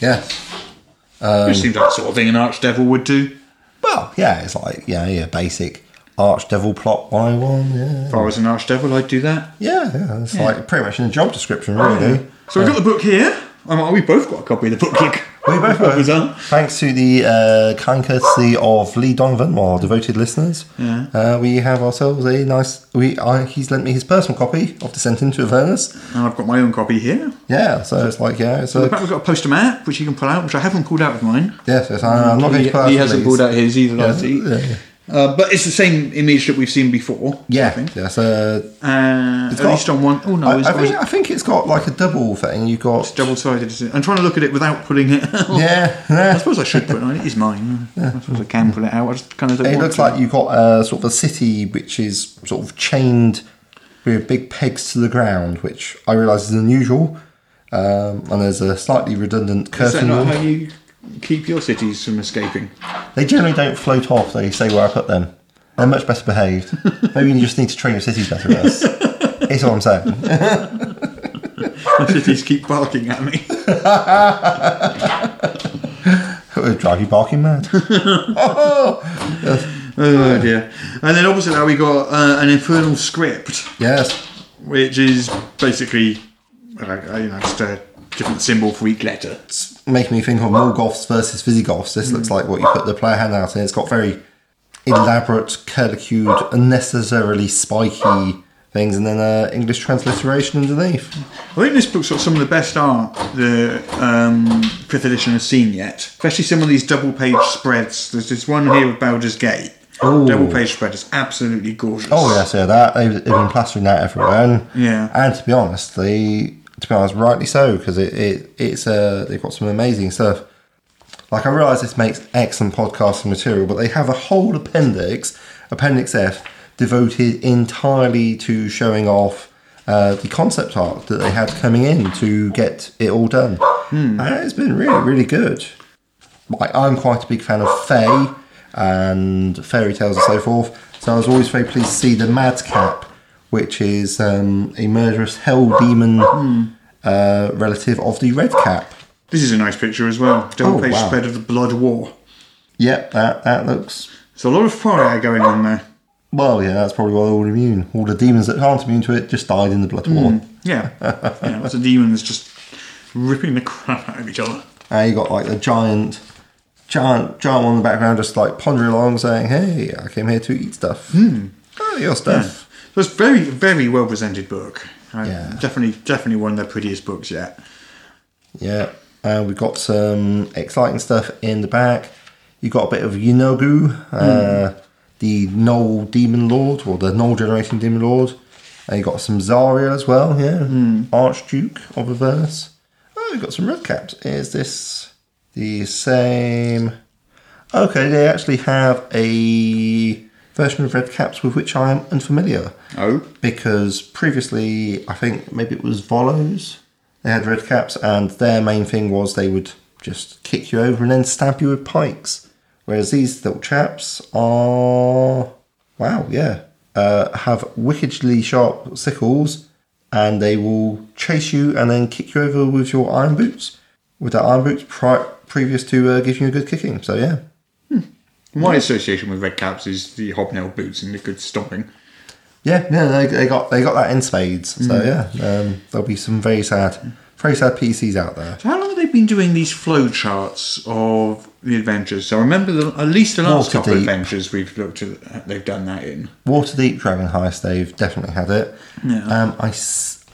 C: Yes. Um,
B: which seems like the sort of thing an archdevil would do, as
C: Well, yeah, it's like yeah, yeah, basic archdevil plot one hundred and one. Yeah.
B: far as an archdevil, I'd do that.
C: Yeah, yeah. It's like pretty much in the job description, really.
B: So we've got the book here. Um, we both got a copy of the book. Look,
C: Uh, We both
B: That was
C: were.
B: on.
C: Thanks to the uh, kind courtesy of Lee Donovan, our devoted listeners,
B: Yeah.
C: uh, we have ourselves a nice. We I, he's lent me his personal copy of Descent into Avernus.
B: And I've got my own copy here.
C: Yeah, so it's like yeah, it's
B: In
C: a,
B: fact, we've got a poster map, which you can pull out, which I haven't pulled out with mine.
C: yes, yes. I, am not going to pull out
B: he hasn't
C: these.
B: pulled out his either.
C: Yeah,
B: has he?
C: yeah.
B: Uh, but it's the same image that we've seen before. I
C: Yeah,
B: think.
C: yeah. So
B: Uh, at
C: got-
B: least on one. Oh no,
C: I,
B: it's,
C: I think I think it's got like a double thing. You got
B: double sided. I'm trying to look at it without pulling it. out.
C: yeah.
B: I suppose I should put it on. It is mine. I suppose I can pull it out. I just kind of don't
C: It
B: want
C: looks
B: to.
C: like you've got a sort of a city which is sort of chained with big pegs to the ground, which I realise is unusual. Um, and there's a slightly redundant
B: Is that
C: curtain.
B: not
C: wall.
B: how you keep your cities from escaping?
C: They generally don't float off, they stay where I put them. They're much better behaved. Maybe you just need to train your cities better, Russ. It's what I'm saying.
B: My cities keep barking at me.
C: It would drive you barking mad.
B: Oh dear. And then opposite that we got uh, an infernal script,
C: Yes.
B: which is basically uh, you know just a different symbol for each letter.
C: It's making me think of Morgoths versus Visigoths. This looks like what you put the player hand out in. It's got very elaborate, curlicued, unnecessarily spiky things, and then uh, English transliteration underneath.
B: I think this book's got some of the best art the um, fifth edition has seen yet. Especially some of these double page spreads. There's this one here with Baldur's Gate.
C: Ooh.
B: Double page spread is absolutely gorgeous.
C: Oh yes, yeah, that they've, they've been plastering that everywhere. And,
B: Yeah.
C: and to be honest, they to be honest, rightly so because it, it it's uh they've got some amazing stuff. Like I realise this makes excellent podcasting material, but they have a whole appendix, Appendix F, devoted entirely to showing off uh, the concept art that they had coming in to get it all done, and it's been really really good like I'm quite a big fan of Fae and fairy tales and so forth. So I was always very pleased to see the Madcap, which is um, a murderous hell demon uh, relative of the Red Cap.
B: This is a nice picture as well. Double
C: Oh,
B: page
C: wow.
B: spread of the Blood War.
C: Yep, that that looks
B: So a lot of fire going on there.
C: well. Yeah, that's probably why they're all immune. All the demons that aren't immune to it just died in the blood war.
B: Yeah. yeah lots of demons just ripping the crap out of each other.
C: And you got like the giant, giant, giant one in the background, just like pondering along, saying, "Hey, I came here to eat stuff. Oh, your stuff."
B: So it's very, very well presented book. Uh,
C: Yeah.
B: Definitely, definitely one of their prettiest books yet.
C: Yeah, uh, we've got some exciting stuff in the back. You've got a bit of Yunogu, uh, the Knoll Demon Lord, or the Knoll Generation Demon Lord. And you've got some Zarya as well, yeah. Archduke of Reverse. Oh, we've got some red caps. Is this the same? Okay, they actually have a version of red caps with which I am unfamiliar
B: Oh.
C: because previously I think maybe it was Volos. They had red caps, and their main thing was they would just kick you over and then stab you with pikes. Whereas these little chaps are wow, yeah, uh, have wickedly sharp sickles, and they will chase you and then kick you over with your iron boots. With their iron boots pri- previous to uh, giving you a good kicking. So yeah,
B: My association with red caps is the hobnail boots and the good stomping.
C: Yeah, no, they, they got they got that in spades. So
B: Mm.
C: yeah, um, there'll be some very sad, very sad PCs out there.
B: So how long have they been doing these flow charts of the adventures? So I remember the, at least the last couple of
C: Waterdeep.
B: adventures we've looked at, they've done that in.
C: Waterdeep, Dragon Heist, they've definitely had it. Um, I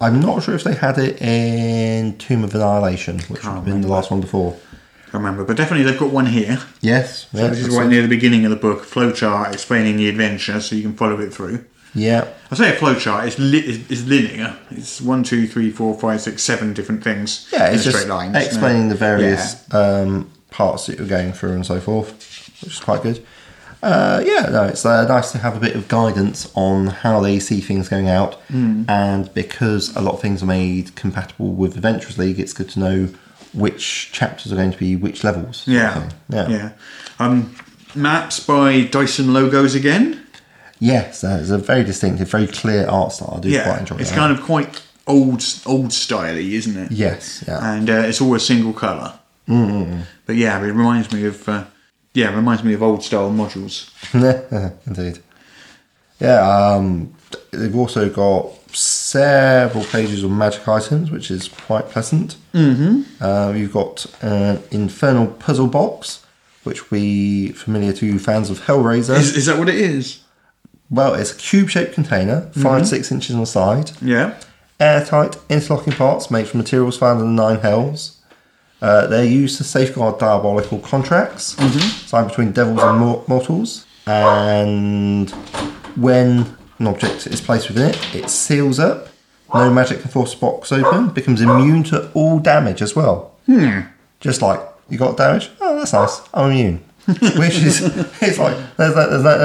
C: am not sure if they had it in Tomb of Annihilation, which would have been the last one before.
B: I remember, but definitely they've got one here.
C: Yes, yeah,
B: This is right near the beginning of the book, flow chart explaining the adventure, so you can follow it through.
C: yeah,
B: I say a flowchart. It's li- it's it's linear. It's one, two, three, four, five, six, seven different things.
C: yeah.
B: in
C: It's
B: a
C: just
B: straight line.
C: explaining the various um, parts that you're going through and so forth, which is quite good. Uh, yeah, no, it's uh, nice to have a bit of guidance on how they see things going out,
B: Mm.
C: and because a lot of things are made compatible with Adventurers League, it's good to know which chapters are going to be which levels. sort of
B: Yeah.
C: thing.
B: yeah,
C: yeah,
B: Um, maps by Dyson logos again.
C: Yes, that is a very distinctive, very clear art style. I do
B: Yeah,
C: quite enjoy
B: it's
C: that.
B: kind of quite old old styley, isn't it?
C: yes, yeah,
B: and uh, it's all a single color. mm But yeah, it reminds me of uh, yeah, it reminds me of old style modules.
C: Indeed. Yeah, um, they've also got several pages of magic items, which is quite pleasant. Mm-hmm. Uh, you've got an infernal puzzle box, which will be familiar to fans of Hellraiser.
B: Is, is that what it is?
C: well, it's a cube-shaped container, 5
B: Mm-hmm.
C: six inches on the side,
B: Yeah.
C: airtight, interlocking parts made from materials found in the Nine Hells. Uh, they're used to safeguard diabolical contracts
B: Mm-hmm.
C: signed between devils and mor- mortals. And when an object is placed within it, it seals up. No magic can force the box open. Becomes immune to all damage as well. Hmm. Just like you got damage. Oh, that's nice. I'm immune. which is it's like there's that, there's that,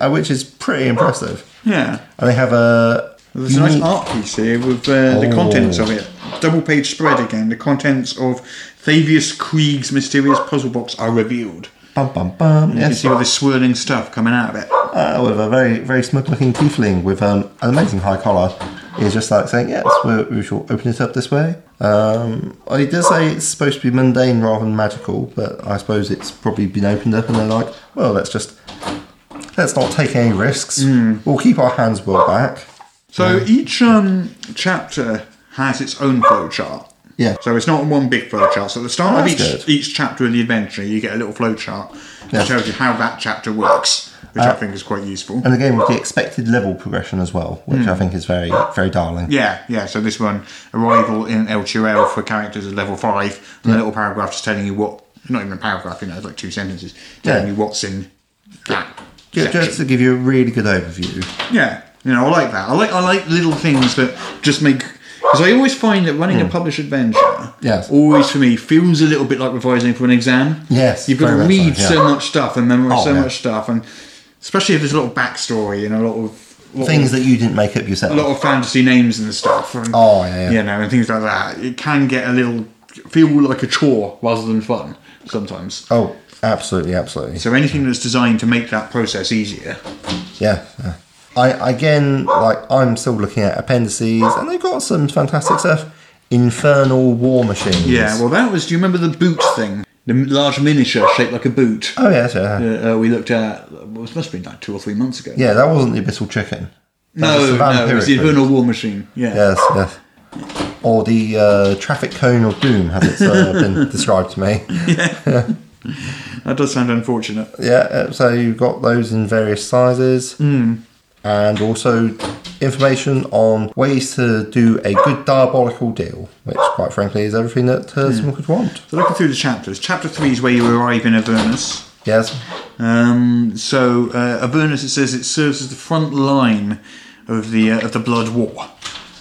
C: uh, uh, which is pretty impressive.
B: Yeah.
C: And they have a
B: There's a nice
C: unique-
B: art piece here with uh, the
C: Oh.
B: contents of it. Double page spread again. The contents of Thavius Krieg's mysterious puzzle box are revealed.
C: Bum bum bum.
B: You can
C: Yes,
B: see all this swirling stuff coming out of it.
C: uh, with a very very smug looking tiefling with um, an amazing high collar. He's just like saying, "Yes, we we shall open it up this way." Um, he does say it's supposed to be mundane rather than magical, but I suppose it's probably been opened up, and they're like, "Well, let's just Let's not take any risks.
B: Hmm.
C: We'll keep our hands well back.
B: So each um, chapter has its own flowchart.
C: Yeah.
B: So it's not one big flowchart. So at the start
C: Oh,
B: of
C: that's
B: each,
C: good.
B: each chapter in the adventure, you get a little flowchart
C: Yeah. Uh,
B: that tells you how that chapter works, which I think is quite useful.
C: And again, with the expected level progression as well,
B: Hmm.
C: which I think is very, very darling.
B: Yeah, yeah. So this one, arrival in El Chirel for characters at level five. And A little paragraph just telling you what, not even a paragraph, you know, it's like two sentences telling
C: Yeah.
B: you what's in that.
C: Ju-
B: section.
C: Just to give you a really good overview.
B: Yeah, you know, I like that. I like I like little things that just make because I always find that running a published adventure,
C: Hmm. Yes.
B: always for me feels a little bit like revising for an exam.
C: Yes,
B: you've got
C: very
B: to
C: much
B: read so,
C: so, yeah.
B: much stuff and memorize
C: Oh,
B: so
C: yeah.
B: much stuff, and especially if there's a lot of backstory and a lot of lot
C: Things
B: of,
C: that you didn't make up yourself.
B: Oh. a lot of fantasy names and stuff. And,
C: Oh, yeah, yeah.
B: you know, and things like that. It can get a little feel like a chore rather than fun sometimes.
C: oh, absolutely, absolutely.
B: So anything that's designed to make that process easier.
C: Yeah. yeah. I again, like I'm still looking at appendices, and they've got some fantastic stuff. Infernal war machines.
B: Yeah, well, that was. Do you remember the boot thing? The m- large miniature shaped like a boot.
C: oh yeah, yeah, yeah.
B: Uh, uh, we looked at. Well, it must have been like two or three months ago.
C: Yeah, that wasn't the abyssal chicken. That was
B: No,
C: the
B: no, it was the
C: vampiric
B: Infernal War Machine. Yeah.
C: Yes, yes. Or the uh, traffic cone of doom, as it's uh, been described to me.
B: that does sound unfortunate.
C: Yeah, uh, so you've got those in various sizes,
B: Hmm.
C: and also information on ways to do a good diabolical deal, which, quite frankly, is everything that
B: Hmm.
C: Tursum could want.
B: So looking through the chapters, chapter three is where you arrive in Avernus.
C: Yes,
B: Um, so uh, Avernus, it says it serves as the front line of the uh, of the Blood War,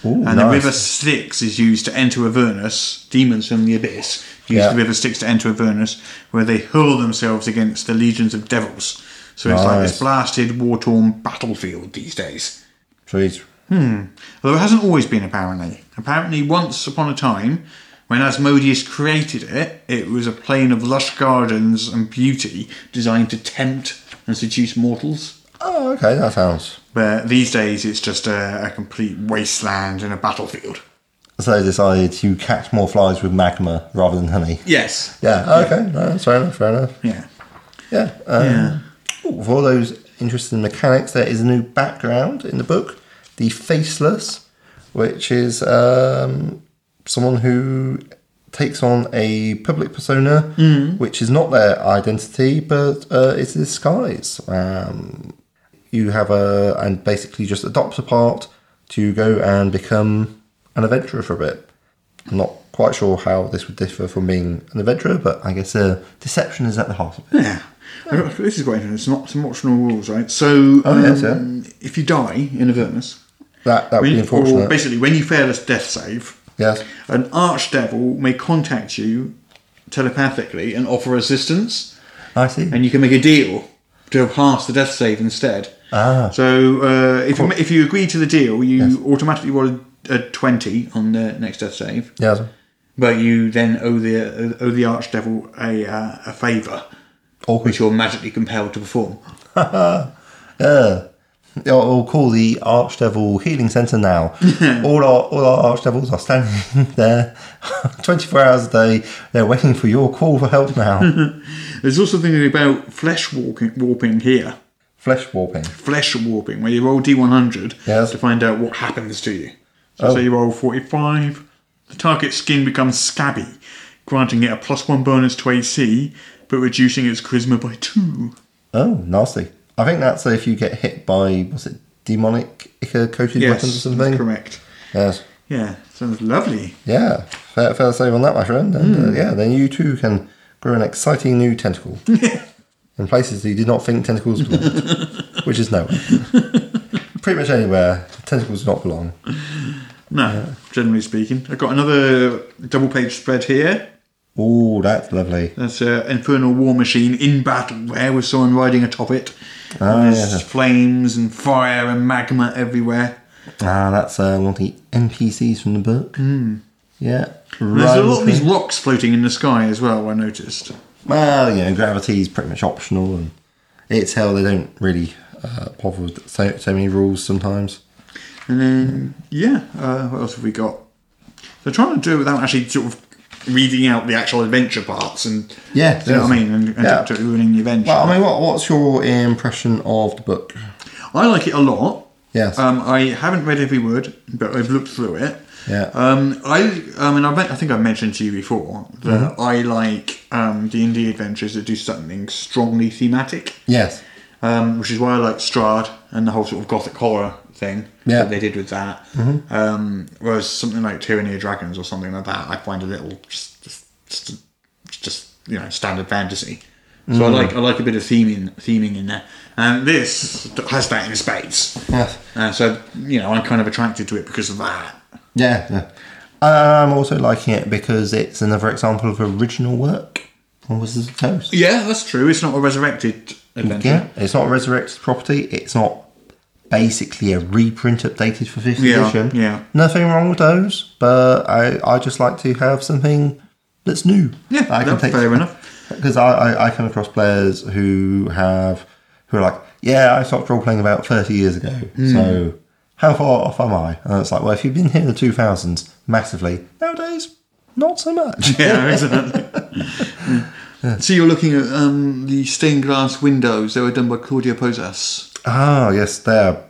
C: Ooh,
B: and the
C: nice.
B: River Styx is used to enter Avernus. Demons from the abyss use
C: Yeah.
B: the River Styx to enter Avernus, where they hurl themselves against the legions of devils. So it's like this
C: Nice.
B: blasted, war-torn battlefield these days.
C: Sweet.
B: Although it hasn't always been, apparently. Apparently, once upon a time, when Asmodeus created it, it was a plain of lush gardens and beauty designed to tempt and seduce mortals.
C: Oh, okay, that sounds.
B: But these days, it's just a, a complete wasteland and a battlefield.
C: So they decided to catch more flies with magma rather than honey.
B: Yes.
C: Yeah, okay, no, that's fair enough, fair enough.
B: Yeah.
C: Yeah. Um, ooh, for all those interested in mechanics, there is a new background in the book, the Faceless, which is um, someone who takes on a public persona, which is not their identity, but uh, it's a disguise. Um, you have a, and basically just adopts a part to go and become an adventurer for a bit. I'm not quite sure how this would differ from being an adventurer, but I guess uh, deception is at the heart of it.
B: Yeah. This is quite interesting. It's not some optional rules, right? So,
C: Oh, yes,
B: um, if you die in Avernus,
C: That that would be
B: when, or
C: unfortunate.
B: basically when you fail a death save,
C: Yes.
B: an archdevil may contact you telepathically and offer assistance,
C: I see.
B: and you can make a deal to pass the death save instead. Ah. So uh, if, you, if you agree to the deal, you automatically roll a, a 20 on the next death save,
C: Yes.
B: but you then owe the, owe the archdevil a, uh, a favour,
C: Awkward.
B: which you're magically compelled to perform.
C: Yeah, I'll call the Archdevil Healing Centre now. all our all our Archdevils are standing there, twenty four hours a day. They're waiting for your call for help now.
B: There's also thinking about flesh walking, warping here.
C: Flesh warping.
B: Flesh warping, where you roll D100
C: Yes. Oh.
B: to find out what happens to you. So say you roll 45, the target's skin becomes scabby, granting it a plus one bonus to AC, but reducing its charisma by two.
C: Oh, nasty. I think that's if you get hit by was it demonic Ica coated weapons or
B: Yes,
C: something.
B: correct.
C: Yes.
B: Yeah, sounds lovely.
C: Yeah. Fair, fair save on that, my friend. And
B: Hmm.
C: uh, yeah, then you too can grow an exciting new tentacle in places that you did not think tentacles belonged, which is nowhere. Pretty much anywhere tentacles do not belong.
B: No, generally speaking. I've got another double page spread here.
C: Oh, that's lovely.
B: That's uh, Infernal War Machine in battle, there with someone riding atop it.
C: Ah,
B: There's
C: yes.
B: flames and fire and magma everywhere.
C: Ah, that's uh, one of the NPCs from the book. Yeah.
B: Hmm. There's a
C: Ryan
B: lot of these
C: Smith.
B: rocks floating in the sky as well, I noticed.
C: Well, you know, gravity's pretty much optional, and it's how they don't really uh, bother with so, so many rules sometimes.
B: Um, And then, yeah, uh, what else have we got? They're trying to do it without actually sort of reading out the actual adventure parts and
C: Yeah,
B: you know what I
C: yes.
B: mean, and, and
C: Yeah.
B: to ruining the adventure.
C: Well, I mean, what, what's your impression of the book?
B: I like it a lot.
C: Yes.
B: Um, I haven't read every word, but I've looked through it.
C: Yeah.
B: Um, I, I mean, I've, met- I think I've mentioned to you before that
C: Mm-hmm.
B: I like um, the indie adventures that do something strongly thematic,
C: yes.
B: um, which is why I like Strad and the whole sort of gothic horror thing
C: Yeah.
B: that they did with that. Um, whereas something like Tyranny of Dragons or something like that, I find a little just, just, just you know standard fantasy. So I like I like a bit of theming theming in there, and this has that in spades.
C: Yes.
B: Uh, so you know I'm kind of attracted to it because of that.
C: Yeah. yeah. I'm also liking it because it's another example of original work on Wizards of the Coast.
B: Yeah, that's true. It's not a resurrected adventure.
C: Yeah, it's not a resurrected property. It's not basically a reprint updated for fifth
B: Yeah,
C: edition.
B: yeah.
C: nothing wrong with those, but I I just like to have something that's new.
B: Yeah,
C: that I
B: no, fair enough.
C: Because I, I I come across players who have who are like, yeah, I stopped role playing about thirty years ago, so. How far off am I? And it's like, well, if you've been here in the 2000s massively, nowadays, not so much.
B: Yeah, exactly. So you're looking at um, the stained glass windows. They were done by Claudia Posas.
C: Ah, yes, they're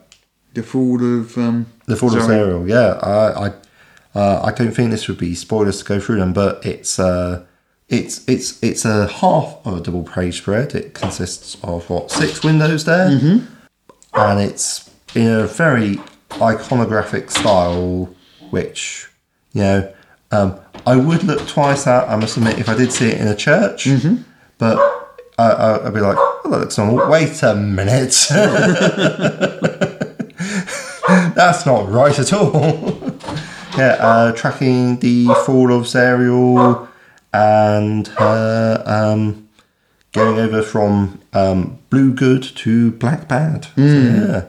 B: The Fall of um,
C: The Fall of
B: sorry.
C: Serial, yeah. I I, uh, I don't think this would be spoilers to go through them, but it's uh, it's it's it's a half of a double page spread. It consists of what six windows there, and it's in a very iconographic style, which you know um, I would look twice at. I must admit, if I did see it in a church, but. I, I- I'd be like, oh, that looks normal. Wait a minute. That's not right at all. yeah, uh, tracking the fall of Zerial and her um, going over from um, blue good to black bad. So, yeah,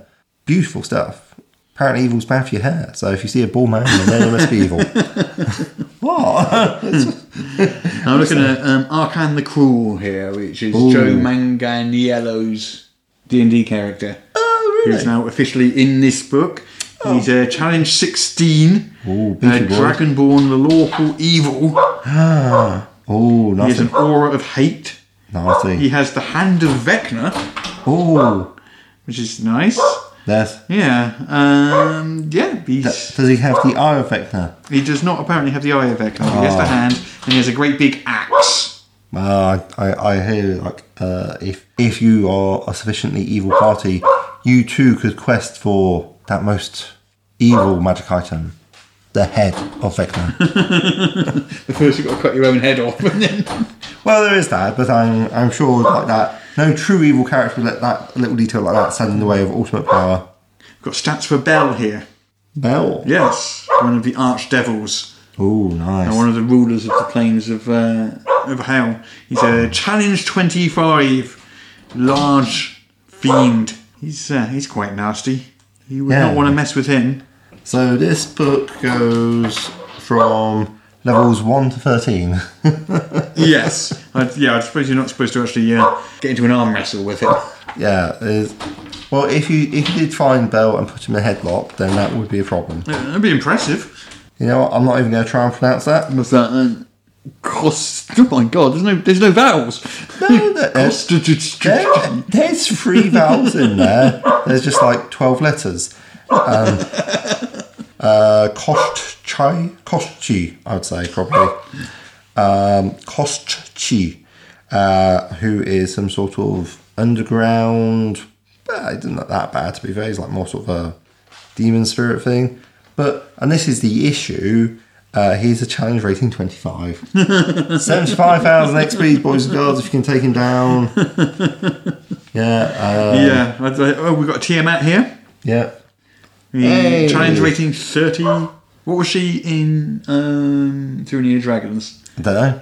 C: beautiful stuff. Apparently, evil's bad for your hair. So if you see a bald man, then it must be evil. what?
B: I'm looking at um, Arcan the Cruel here, which is Joe Manganiello's D&D character.
C: oh,
B: Who's now officially in this book. He's uh, Challenge 16,
C: Ooh,
B: uh,
C: beefy boy.
B: Dragonborn, the lawful evil.
C: Oh,
B: He has
C: nasty.
B: an aura of hate. He
C: Nasty.
B: has the Hand of Vecna,
C: Oh,
B: which is nice.
C: yes.
B: Yeah, um, yeah. He's,
C: Does he have the eye effect now?
B: he does not apparently have the eye of Vecna. He has the
C: Ah.
B: hand, and he has a great big axe.
C: Uh, I, I I hear like uh, if if you are a sufficiently evil party, you too could quest for that most evil magic item, the head of Vecna.
B: First, you've got to cut your own head off, and then
C: well, there is that, but I'm I'm sure like that. No true evil character would let that little detail like that stand in the way of ultimate power.
B: got stats for Bell here.
C: Bell.
B: Yes, one of the archdevils
C: Oh,
B: and
C: nice.
B: one of the rulers of the plains of uh, of hell. He's a challenge twenty-five, large fiend. He's uh, he's quite nasty. You would
C: Yeah.
B: not want to mess with him.
C: So this book goes from levels one to thirteen.
B: Yes, I, yeah. I suppose you're not supposed to actually uh, get into an arm wrestle with him.
C: Yeah. Is, well, if you if you did find Bell and put him in a headlock, then that would be a problem.
B: That'd be impressive.
C: You know what? I'm not even going to try and pronounce that.
B: What's that? Um, cost. Oh my god! There's no. There's no vowels.
C: No, there-
B: Cost.
C: There- there's three vowels in there. There's just like 12 letters. Um, uh, kost chai, kost chi, I would say probably. Um, kost chi, uh, who is some sort of underground. Uh, it's not that bad to be fair. He's like more sort of a demon spirit thing. But and this is the issue. Uh, he's a challenge rating 25. 75,000 XP, boys and girls, if you can take him down. Yeah, uh,
B: Yeah. I, I, oh, we've got a Tiamat here.
C: yeah.
B: The
C: Hey.
B: Challenge rating thirty. What was she in? Um, Tyranny of Dragons.
C: I don't know.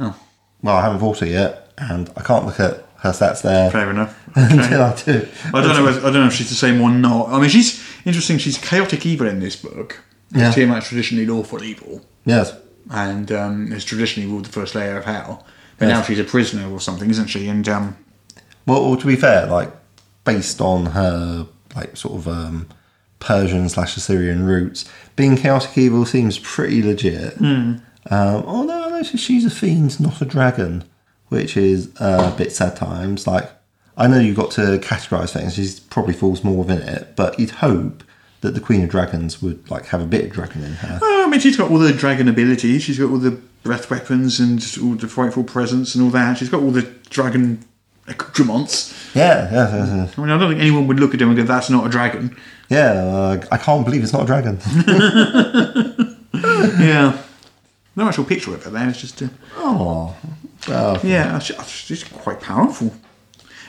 B: Oh.
C: Well, I haven't bought it yet, and I can't look at her stats there
B: Fair enough.
C: until I do.
B: I don't know. If, I don't know if she's the same one. or Not. I mean, she's interesting. She's chaotic evil in this book.
C: Yeah.
B: Tiamat's traditionally lawful evil.
C: Yes.
B: and um, has traditionally ruled the first layer of hell. But now
C: Yes.
B: she's a prisoner or something, isn't she? And um,
C: Well, well, to be fair, like based on her like sort of um, Persian slash Assyrian roots, being chaotic evil seems pretty legit. Um, although I noticed she's a fiend, not a dragon, which is a bit sad times. Like, I know you've got to categorise things. She probably falls more within it, but you'd hope that the Queen of Dragons would like have a bit of dragon in her.
B: Well, I mean, she's got all the dragon abilities. She's got all the breath weapons and all the frightful presence and all that. She's got all the dragon accoutrements.
C: Yeah, yeah, yeah, yeah.
B: I mean, I don't think anyone would look at her and go, "That's not a dragon."
C: yeah uh, I can't believe it's not a dragon.
B: yeah. No actual picture of her there. It's just, uh,
C: oh, well,
B: yeah, she- she's quite powerful.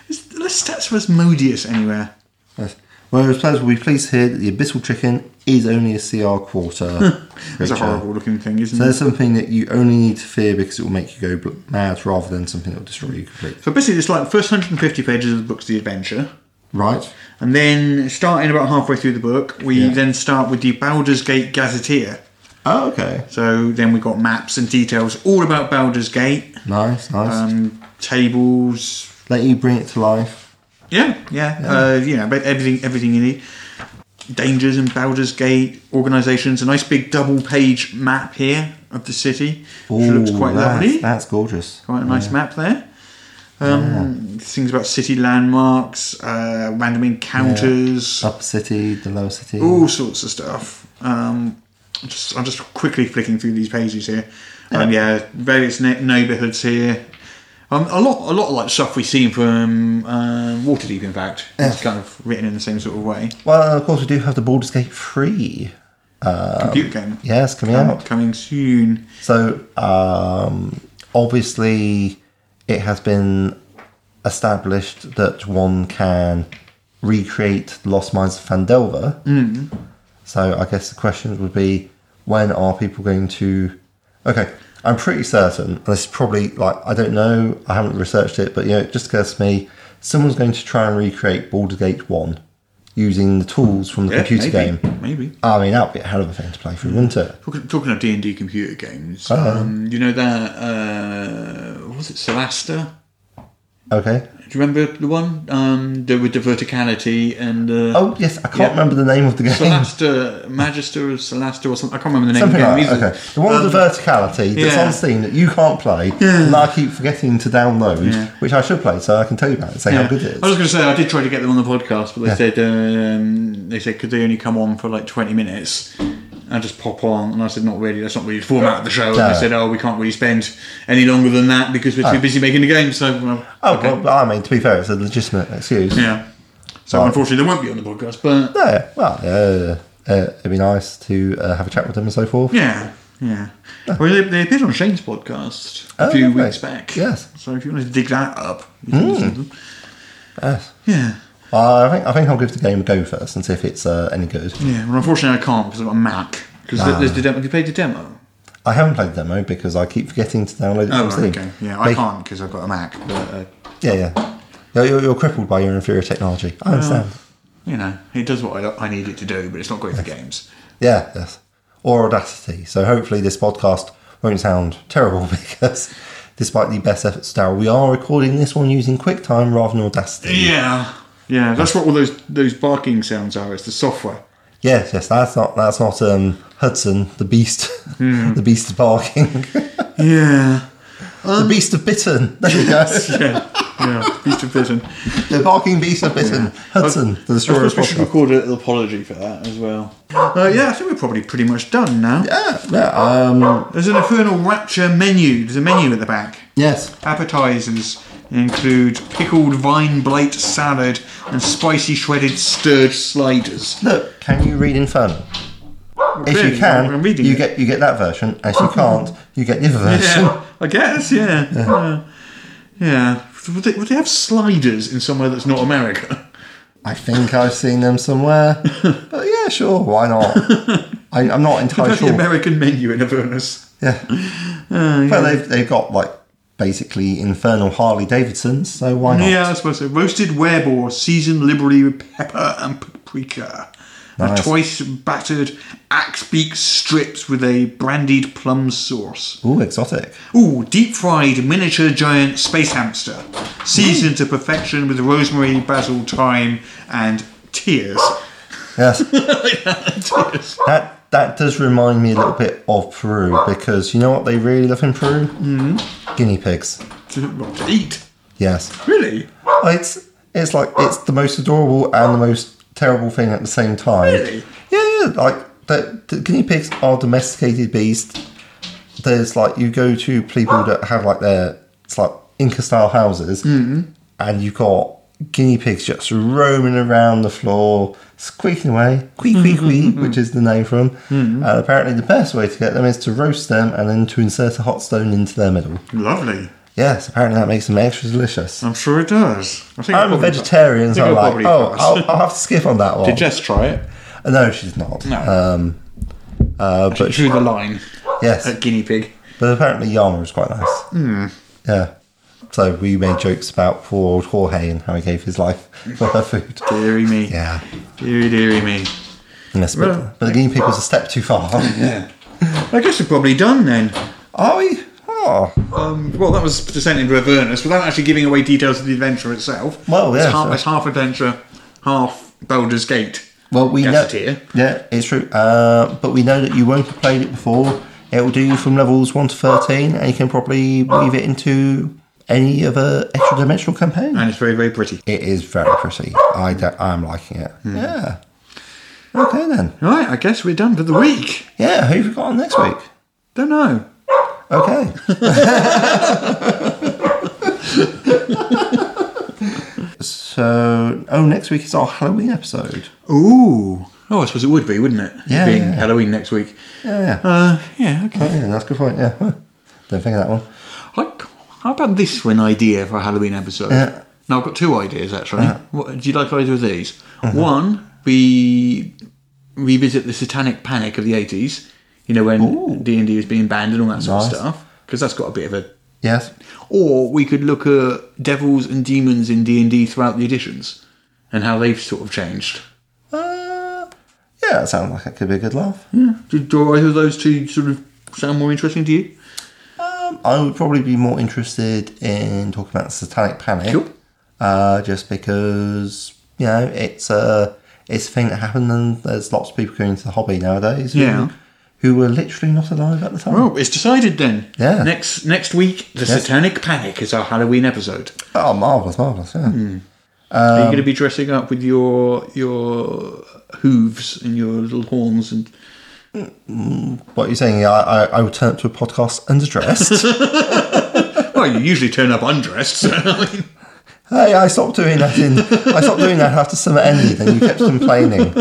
B: Is the stats for Asmodeus anywhere?
C: yes. Whereas players will be pleased to hear that the abyssal chicken is only a CR quarter.
B: It's a
C: creature.
B: horrible looking thing, isn't
C: So
B: it?
C: there's something that you only need to fear because it will make you go bl- mad rather than something that will destroy you completely.
B: So basically, it's like the first 150 pages of the book's the adventure.
C: Right?
B: And then, starting about halfway through the book, we
C: Yeah.
B: then start with the Baldur's Gate Gazetteer.
C: Oh, okay.
B: So then we got maps and details all about Baldur's Gate,
C: Nice, nice.
B: um, tables.
C: Let you bring it to life.
B: Yeah, yeah. Uh, you know, about everything, everything you need. Dangers in Baldur's Gate, organisations. A nice big double-page map here of the city, which looks
C: Ooh,
B: quite
C: that's,
B: lovely.
C: That's gorgeous.
B: Quite a nice map there. Um, Things about city landmarks, uh, random encounters,
C: Upper city, the lower city.
B: all sorts of stuff. Um, just, I'm just quickly flicking through these pages here. Um, yeah, various ne- neighbourhoods here. Um, a lot, a lot of like stuff we've seen from um, Waterdeep. In fact, it's kind of written in the same sort of way.
C: Well, of course, we do have the Baldur's Gate 3.
B: Computer game
C: Yes, coming out.
B: coming soon.
C: So, um, obviously, it has been established that one can recreate the Lost Mines of Fandelver. Mm.
B: Mm-hmm.
C: So, I guess the question would be when are people going to. Okay, I'm pretty certain, and this is probably like, I don't know, I haven't researched it, but you know, it just occurs to me someone's going to try and recreate Baldur's Gate 1 using the tools from the
B: Yeah,
C: computer
B: maybe,
C: game.
B: maybe.
C: I mean, that would be a hell of a thing to play through, wouldn't it?
B: Talking, talking of D and D computer games, um, you know that uh, what was it Celasta?
C: Okay.
B: Do you remember the one um, the, with the verticality and the
C: Oh yes, I can't
B: Yeah.
C: remember the name of the game.
B: Celasta Magister of Celasta or something? I can't remember the name
C: Something
B: of the
C: like
B: game.
C: that.
B: either.
C: Okay, the one with the
B: Um,
C: verticality that's
B: yeah.
C: on Steam that you can't play, and I keep forgetting to download,
B: Yeah.
C: which I should play, so I can tell you about it, and say
B: yeah.
C: how good it
B: I was going
C: is.
B: to say I did try to get them on the podcast, but they
C: Yeah.
B: said um, they said could they only come on for like twenty minutes and just pop on? And I said not really. That's not really the format of the show. And
C: No.
B: they said oh we can't really spend any longer than that because we're too
C: Oh.
B: busy making the game. So well,
C: Oh
B: okay.
C: well, but I mean, to be fair, it's a legitimate excuse.
B: yeah. So
C: Right.
B: unfortunately they won't be on the podcast, but
C: Yeah, well, uh, uh, it'd be nice to uh, have a chat with them and so forth.
B: Yeah, yeah. Well, they, they appeared on Shane's podcast a
C: Oh,
B: few
C: lovely.
B: weeks back.
C: Yes. Hmm.
B: So if you want to dig that up, you can listen to them. Yeah,
C: Uh, I think I think I'll give the game a go first and see if it's uh, any good.
B: yeah. Well, unfortunately, I can't because I've got a Mac. Because
C: Ah.
B: there's the demo. Have you played the demo?
C: I haven't played the demo because I keep forgetting to download it
B: Oh,
C: from
B: right,
C: Steam.
B: okay. Yeah, I
C: Make-
B: can't because I've got a Mac. But uh,
C: Yeah, yeah. You're, you're, you're crippled by your inferior technology.
B: Oh.
C: I understand.
B: you know, it does what I, I need it to do, but it's not great for games.
C: Yeah, yes. Or audacity. So hopefully this podcast won't sound terrible because despite the best efforts now, we are recording this one using QuickTime rather than Audacity.
B: Yeah, yeah. That's what all those those barking sounds are. It's the software.
C: Yes, yes, that's not that's not um Hudson, the beast
B: Hmm.
C: the beast of barking.
B: Yeah,
C: the beast of bitten. There you go.
B: yeah. Beast of Vision.
C: the barking beast of bitten. Hudson, the destroyer
B: I
C: of
B: suppose we should
C: podcast.
B: record a little apology for that as well. Uh, yeah, I think we're probably pretty much done now.
C: Yeah, yeah. Um
B: There's an Infernal Rapture menu. There's a menu at the back.
C: yes.
B: Appetizers include pickled vine blade salad and spicy shredded sturge sliders.
C: Look, can you read Inferno? If
B: Clearly,
C: you can,
B: I'm reading
C: you
B: it.
C: get you get that version. If you can't, you get the other version.
B: Yeah, I guess, yeah. Yeah. yeah. Would, they, would they have sliders in somewhere that's not America?
C: I think I've seen them somewhere. but yeah, sure, why not? I, I'm not entirely
B: That's the
C: sure.
B: American menu in Avernus.
C: yeah. But they've, they've got like basically infernal Harley Davidsons, so why not?
B: Yeah, I suppose so. Roasted werebore, seasoned liberally with pepper and paprika.
C: Nice.
B: A twice battered axe beak strips with a brandied plum sauce.
C: Ooh, exotic.
B: Ooh, deep fried miniature giant space hamster, seasoned to perfection with rosemary, basil, thyme, and tears.
C: Yes.
B: tears.
C: that that does remind me a little bit of Peru because you know what they really love in Peru? Mm-hmm. Guinea pigs.
B: To, well, to eat.
C: Yes,
B: Really?
C: it's it's like it's the most adorable and the most terrible thing at the same time.
B: Really?
C: Yeah, yeah. Like the, the guinea pigs are domesticated beasts. There's like you go to people that have like their it's like Inca style houses, and you've got guinea pigs just roaming around the floor, squeaking away, quee quee quee, which is the name for them. And apparently, the best way to get them is to roast them and then to insert a hot stone into their middle.
B: Mm. Lovely.
C: Yes, apparently that makes them extra delicious.
B: I'm sure it does. I think
C: I'm a vegetarian, so
B: think
C: I'm
B: I'll
C: like,
B: probably
C: oh,
B: pass."
C: I'll, I'll have to skip on that one. Uh,
B: Did Jess try it?
C: No, she's not.
B: No.
C: Um, uh, but
B: Drew the line
C: yes,
B: at guinea pig.
C: but apparently Yama was quite nice.
B: Hmm.
C: Yeah. So we made jokes about poor old Jorge and how he gave his life for her food.
B: Deary me.
C: Yeah.
B: Deary, deary me.
C: Yes,
B: Well,
C: but, but the guinea pig was a step too far.
B: Yeah. I guess we're probably done then.
C: Are we? Oh,
B: Um, well, that was Descent into Avernus without actually giving away details of the adventure itself.
C: Well, yeah,
B: It's half,
C: so-
B: it's half adventure, half Boulder's Gate.
C: well, we know.
B: Gazetteer.
C: Yeah, it's true. Uh, but we know that you won't have played it before. It will do from levels one to thirteen, and you can probably weave it into any other extra dimensional campaign.
B: And it's very, very pretty.
C: It is very pretty. I don't- I'm liking it. Yeah. Okay then.
B: Right, I guess we're done for the week.
C: Yeah, who have we got on next week?
B: Don't know.
C: Okay. so, oh, next week is our Halloween episode.
B: Ooh. Oh, I suppose it would be, wouldn't it?
C: Yeah,
B: Being
C: yeah.
B: Halloween next week.
C: Yeah, yeah.
B: Uh, yeah, okay.
C: yeah that's a good point. Yeah. Huh. Don't think of that one.
B: Like, how about this for an idea for a Halloween episode?
C: Yeah.
B: Now I've got two ideas actually. What, do you like either of these? One, we revisit the Satanic Panic of the eighties. You know when D and D was being banned and all that sort
C: Nice.
B: of stuff, because that's got a bit of a.
C: Yes.
B: Or we could look at devils and demons in D and D throughout the editions, and how they've sort of changed.
C: Uh, yeah, that sounds like it could be a good laugh. Hmm.
B: Do, do either of those two sort of sound more interesting to you?
C: Um, I would probably be more interested in talking about Satanic Panic,
B: Sure.
C: uh, just because you know it's a it's a thing that happened, and there's lots of people going into the hobby nowadays. Who,
B: Yeah.
C: who were literally not alive at the time.
B: Oh, it's decided then.
C: Yeah.
B: Next next week, the
C: Yes.
B: Satanic Panic is our Halloween episode.
C: Oh, marvelous, marvelous! Yeah.
B: Are you going to be dressing up with your your hooves and your little horns and
C: What you're saying? I, I I would turn up to a podcast underdressed.
B: well, you usually turn up undressed. So I mean,
C: hey, I stopped doing that in I stopped doing that after summer ended, and you kept complaining.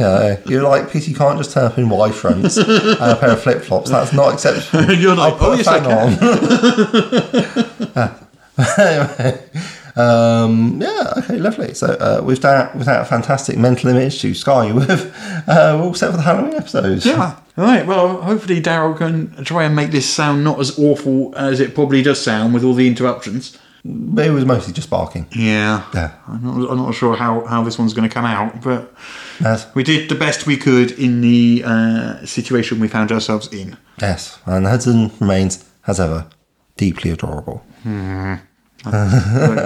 C: Yeah, you're like, Pete, you can't just turn up in Y fronts and a pair of flip flops. That's not acceptable.
B: And you're like,
C: I'll put
B: "Oh,
C: a
B: yes, I
C: fan on." um, yeah, okay, lovely. So uh, with that, with that fantastic mental image to sky you with, uh, we're all set for the Halloween episode.
B: yeah. All right. Well, hopefully Daryl can try and make this sound not as awful as it probably does sound with all the interruptions.
C: But it was mostly just barking.
B: Yeah.
C: Yeah.
B: I'm not, I'm not sure how, how this one's going to come out, but
C: Yes,
B: we did the best we could in the uh, situation we found ourselves in.
C: yes. And Hudson remains, as ever, deeply adorable.
B: I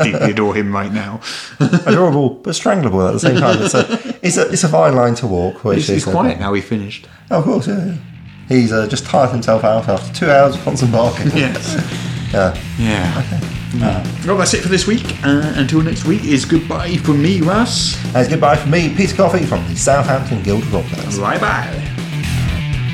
B: deeply adore him right now.
C: adorable but strangleable at the same time. It's a it's a, it's a fine line to walk. Which
B: He's,
C: is uh,
B: he's quiet now. He finished.
C: Oh, of course, yeah. yeah. He's uh, just tired himself out after two hours of constant barking.
B: Yes.
C: Yeah.
B: Yeah. well, that's it for this week. Uh, until next week is goodbye from me, Russ.
C: And Uh, goodbye from me, Peter Coffey from the Southampton Guild of Rockers.
B: Bye bye.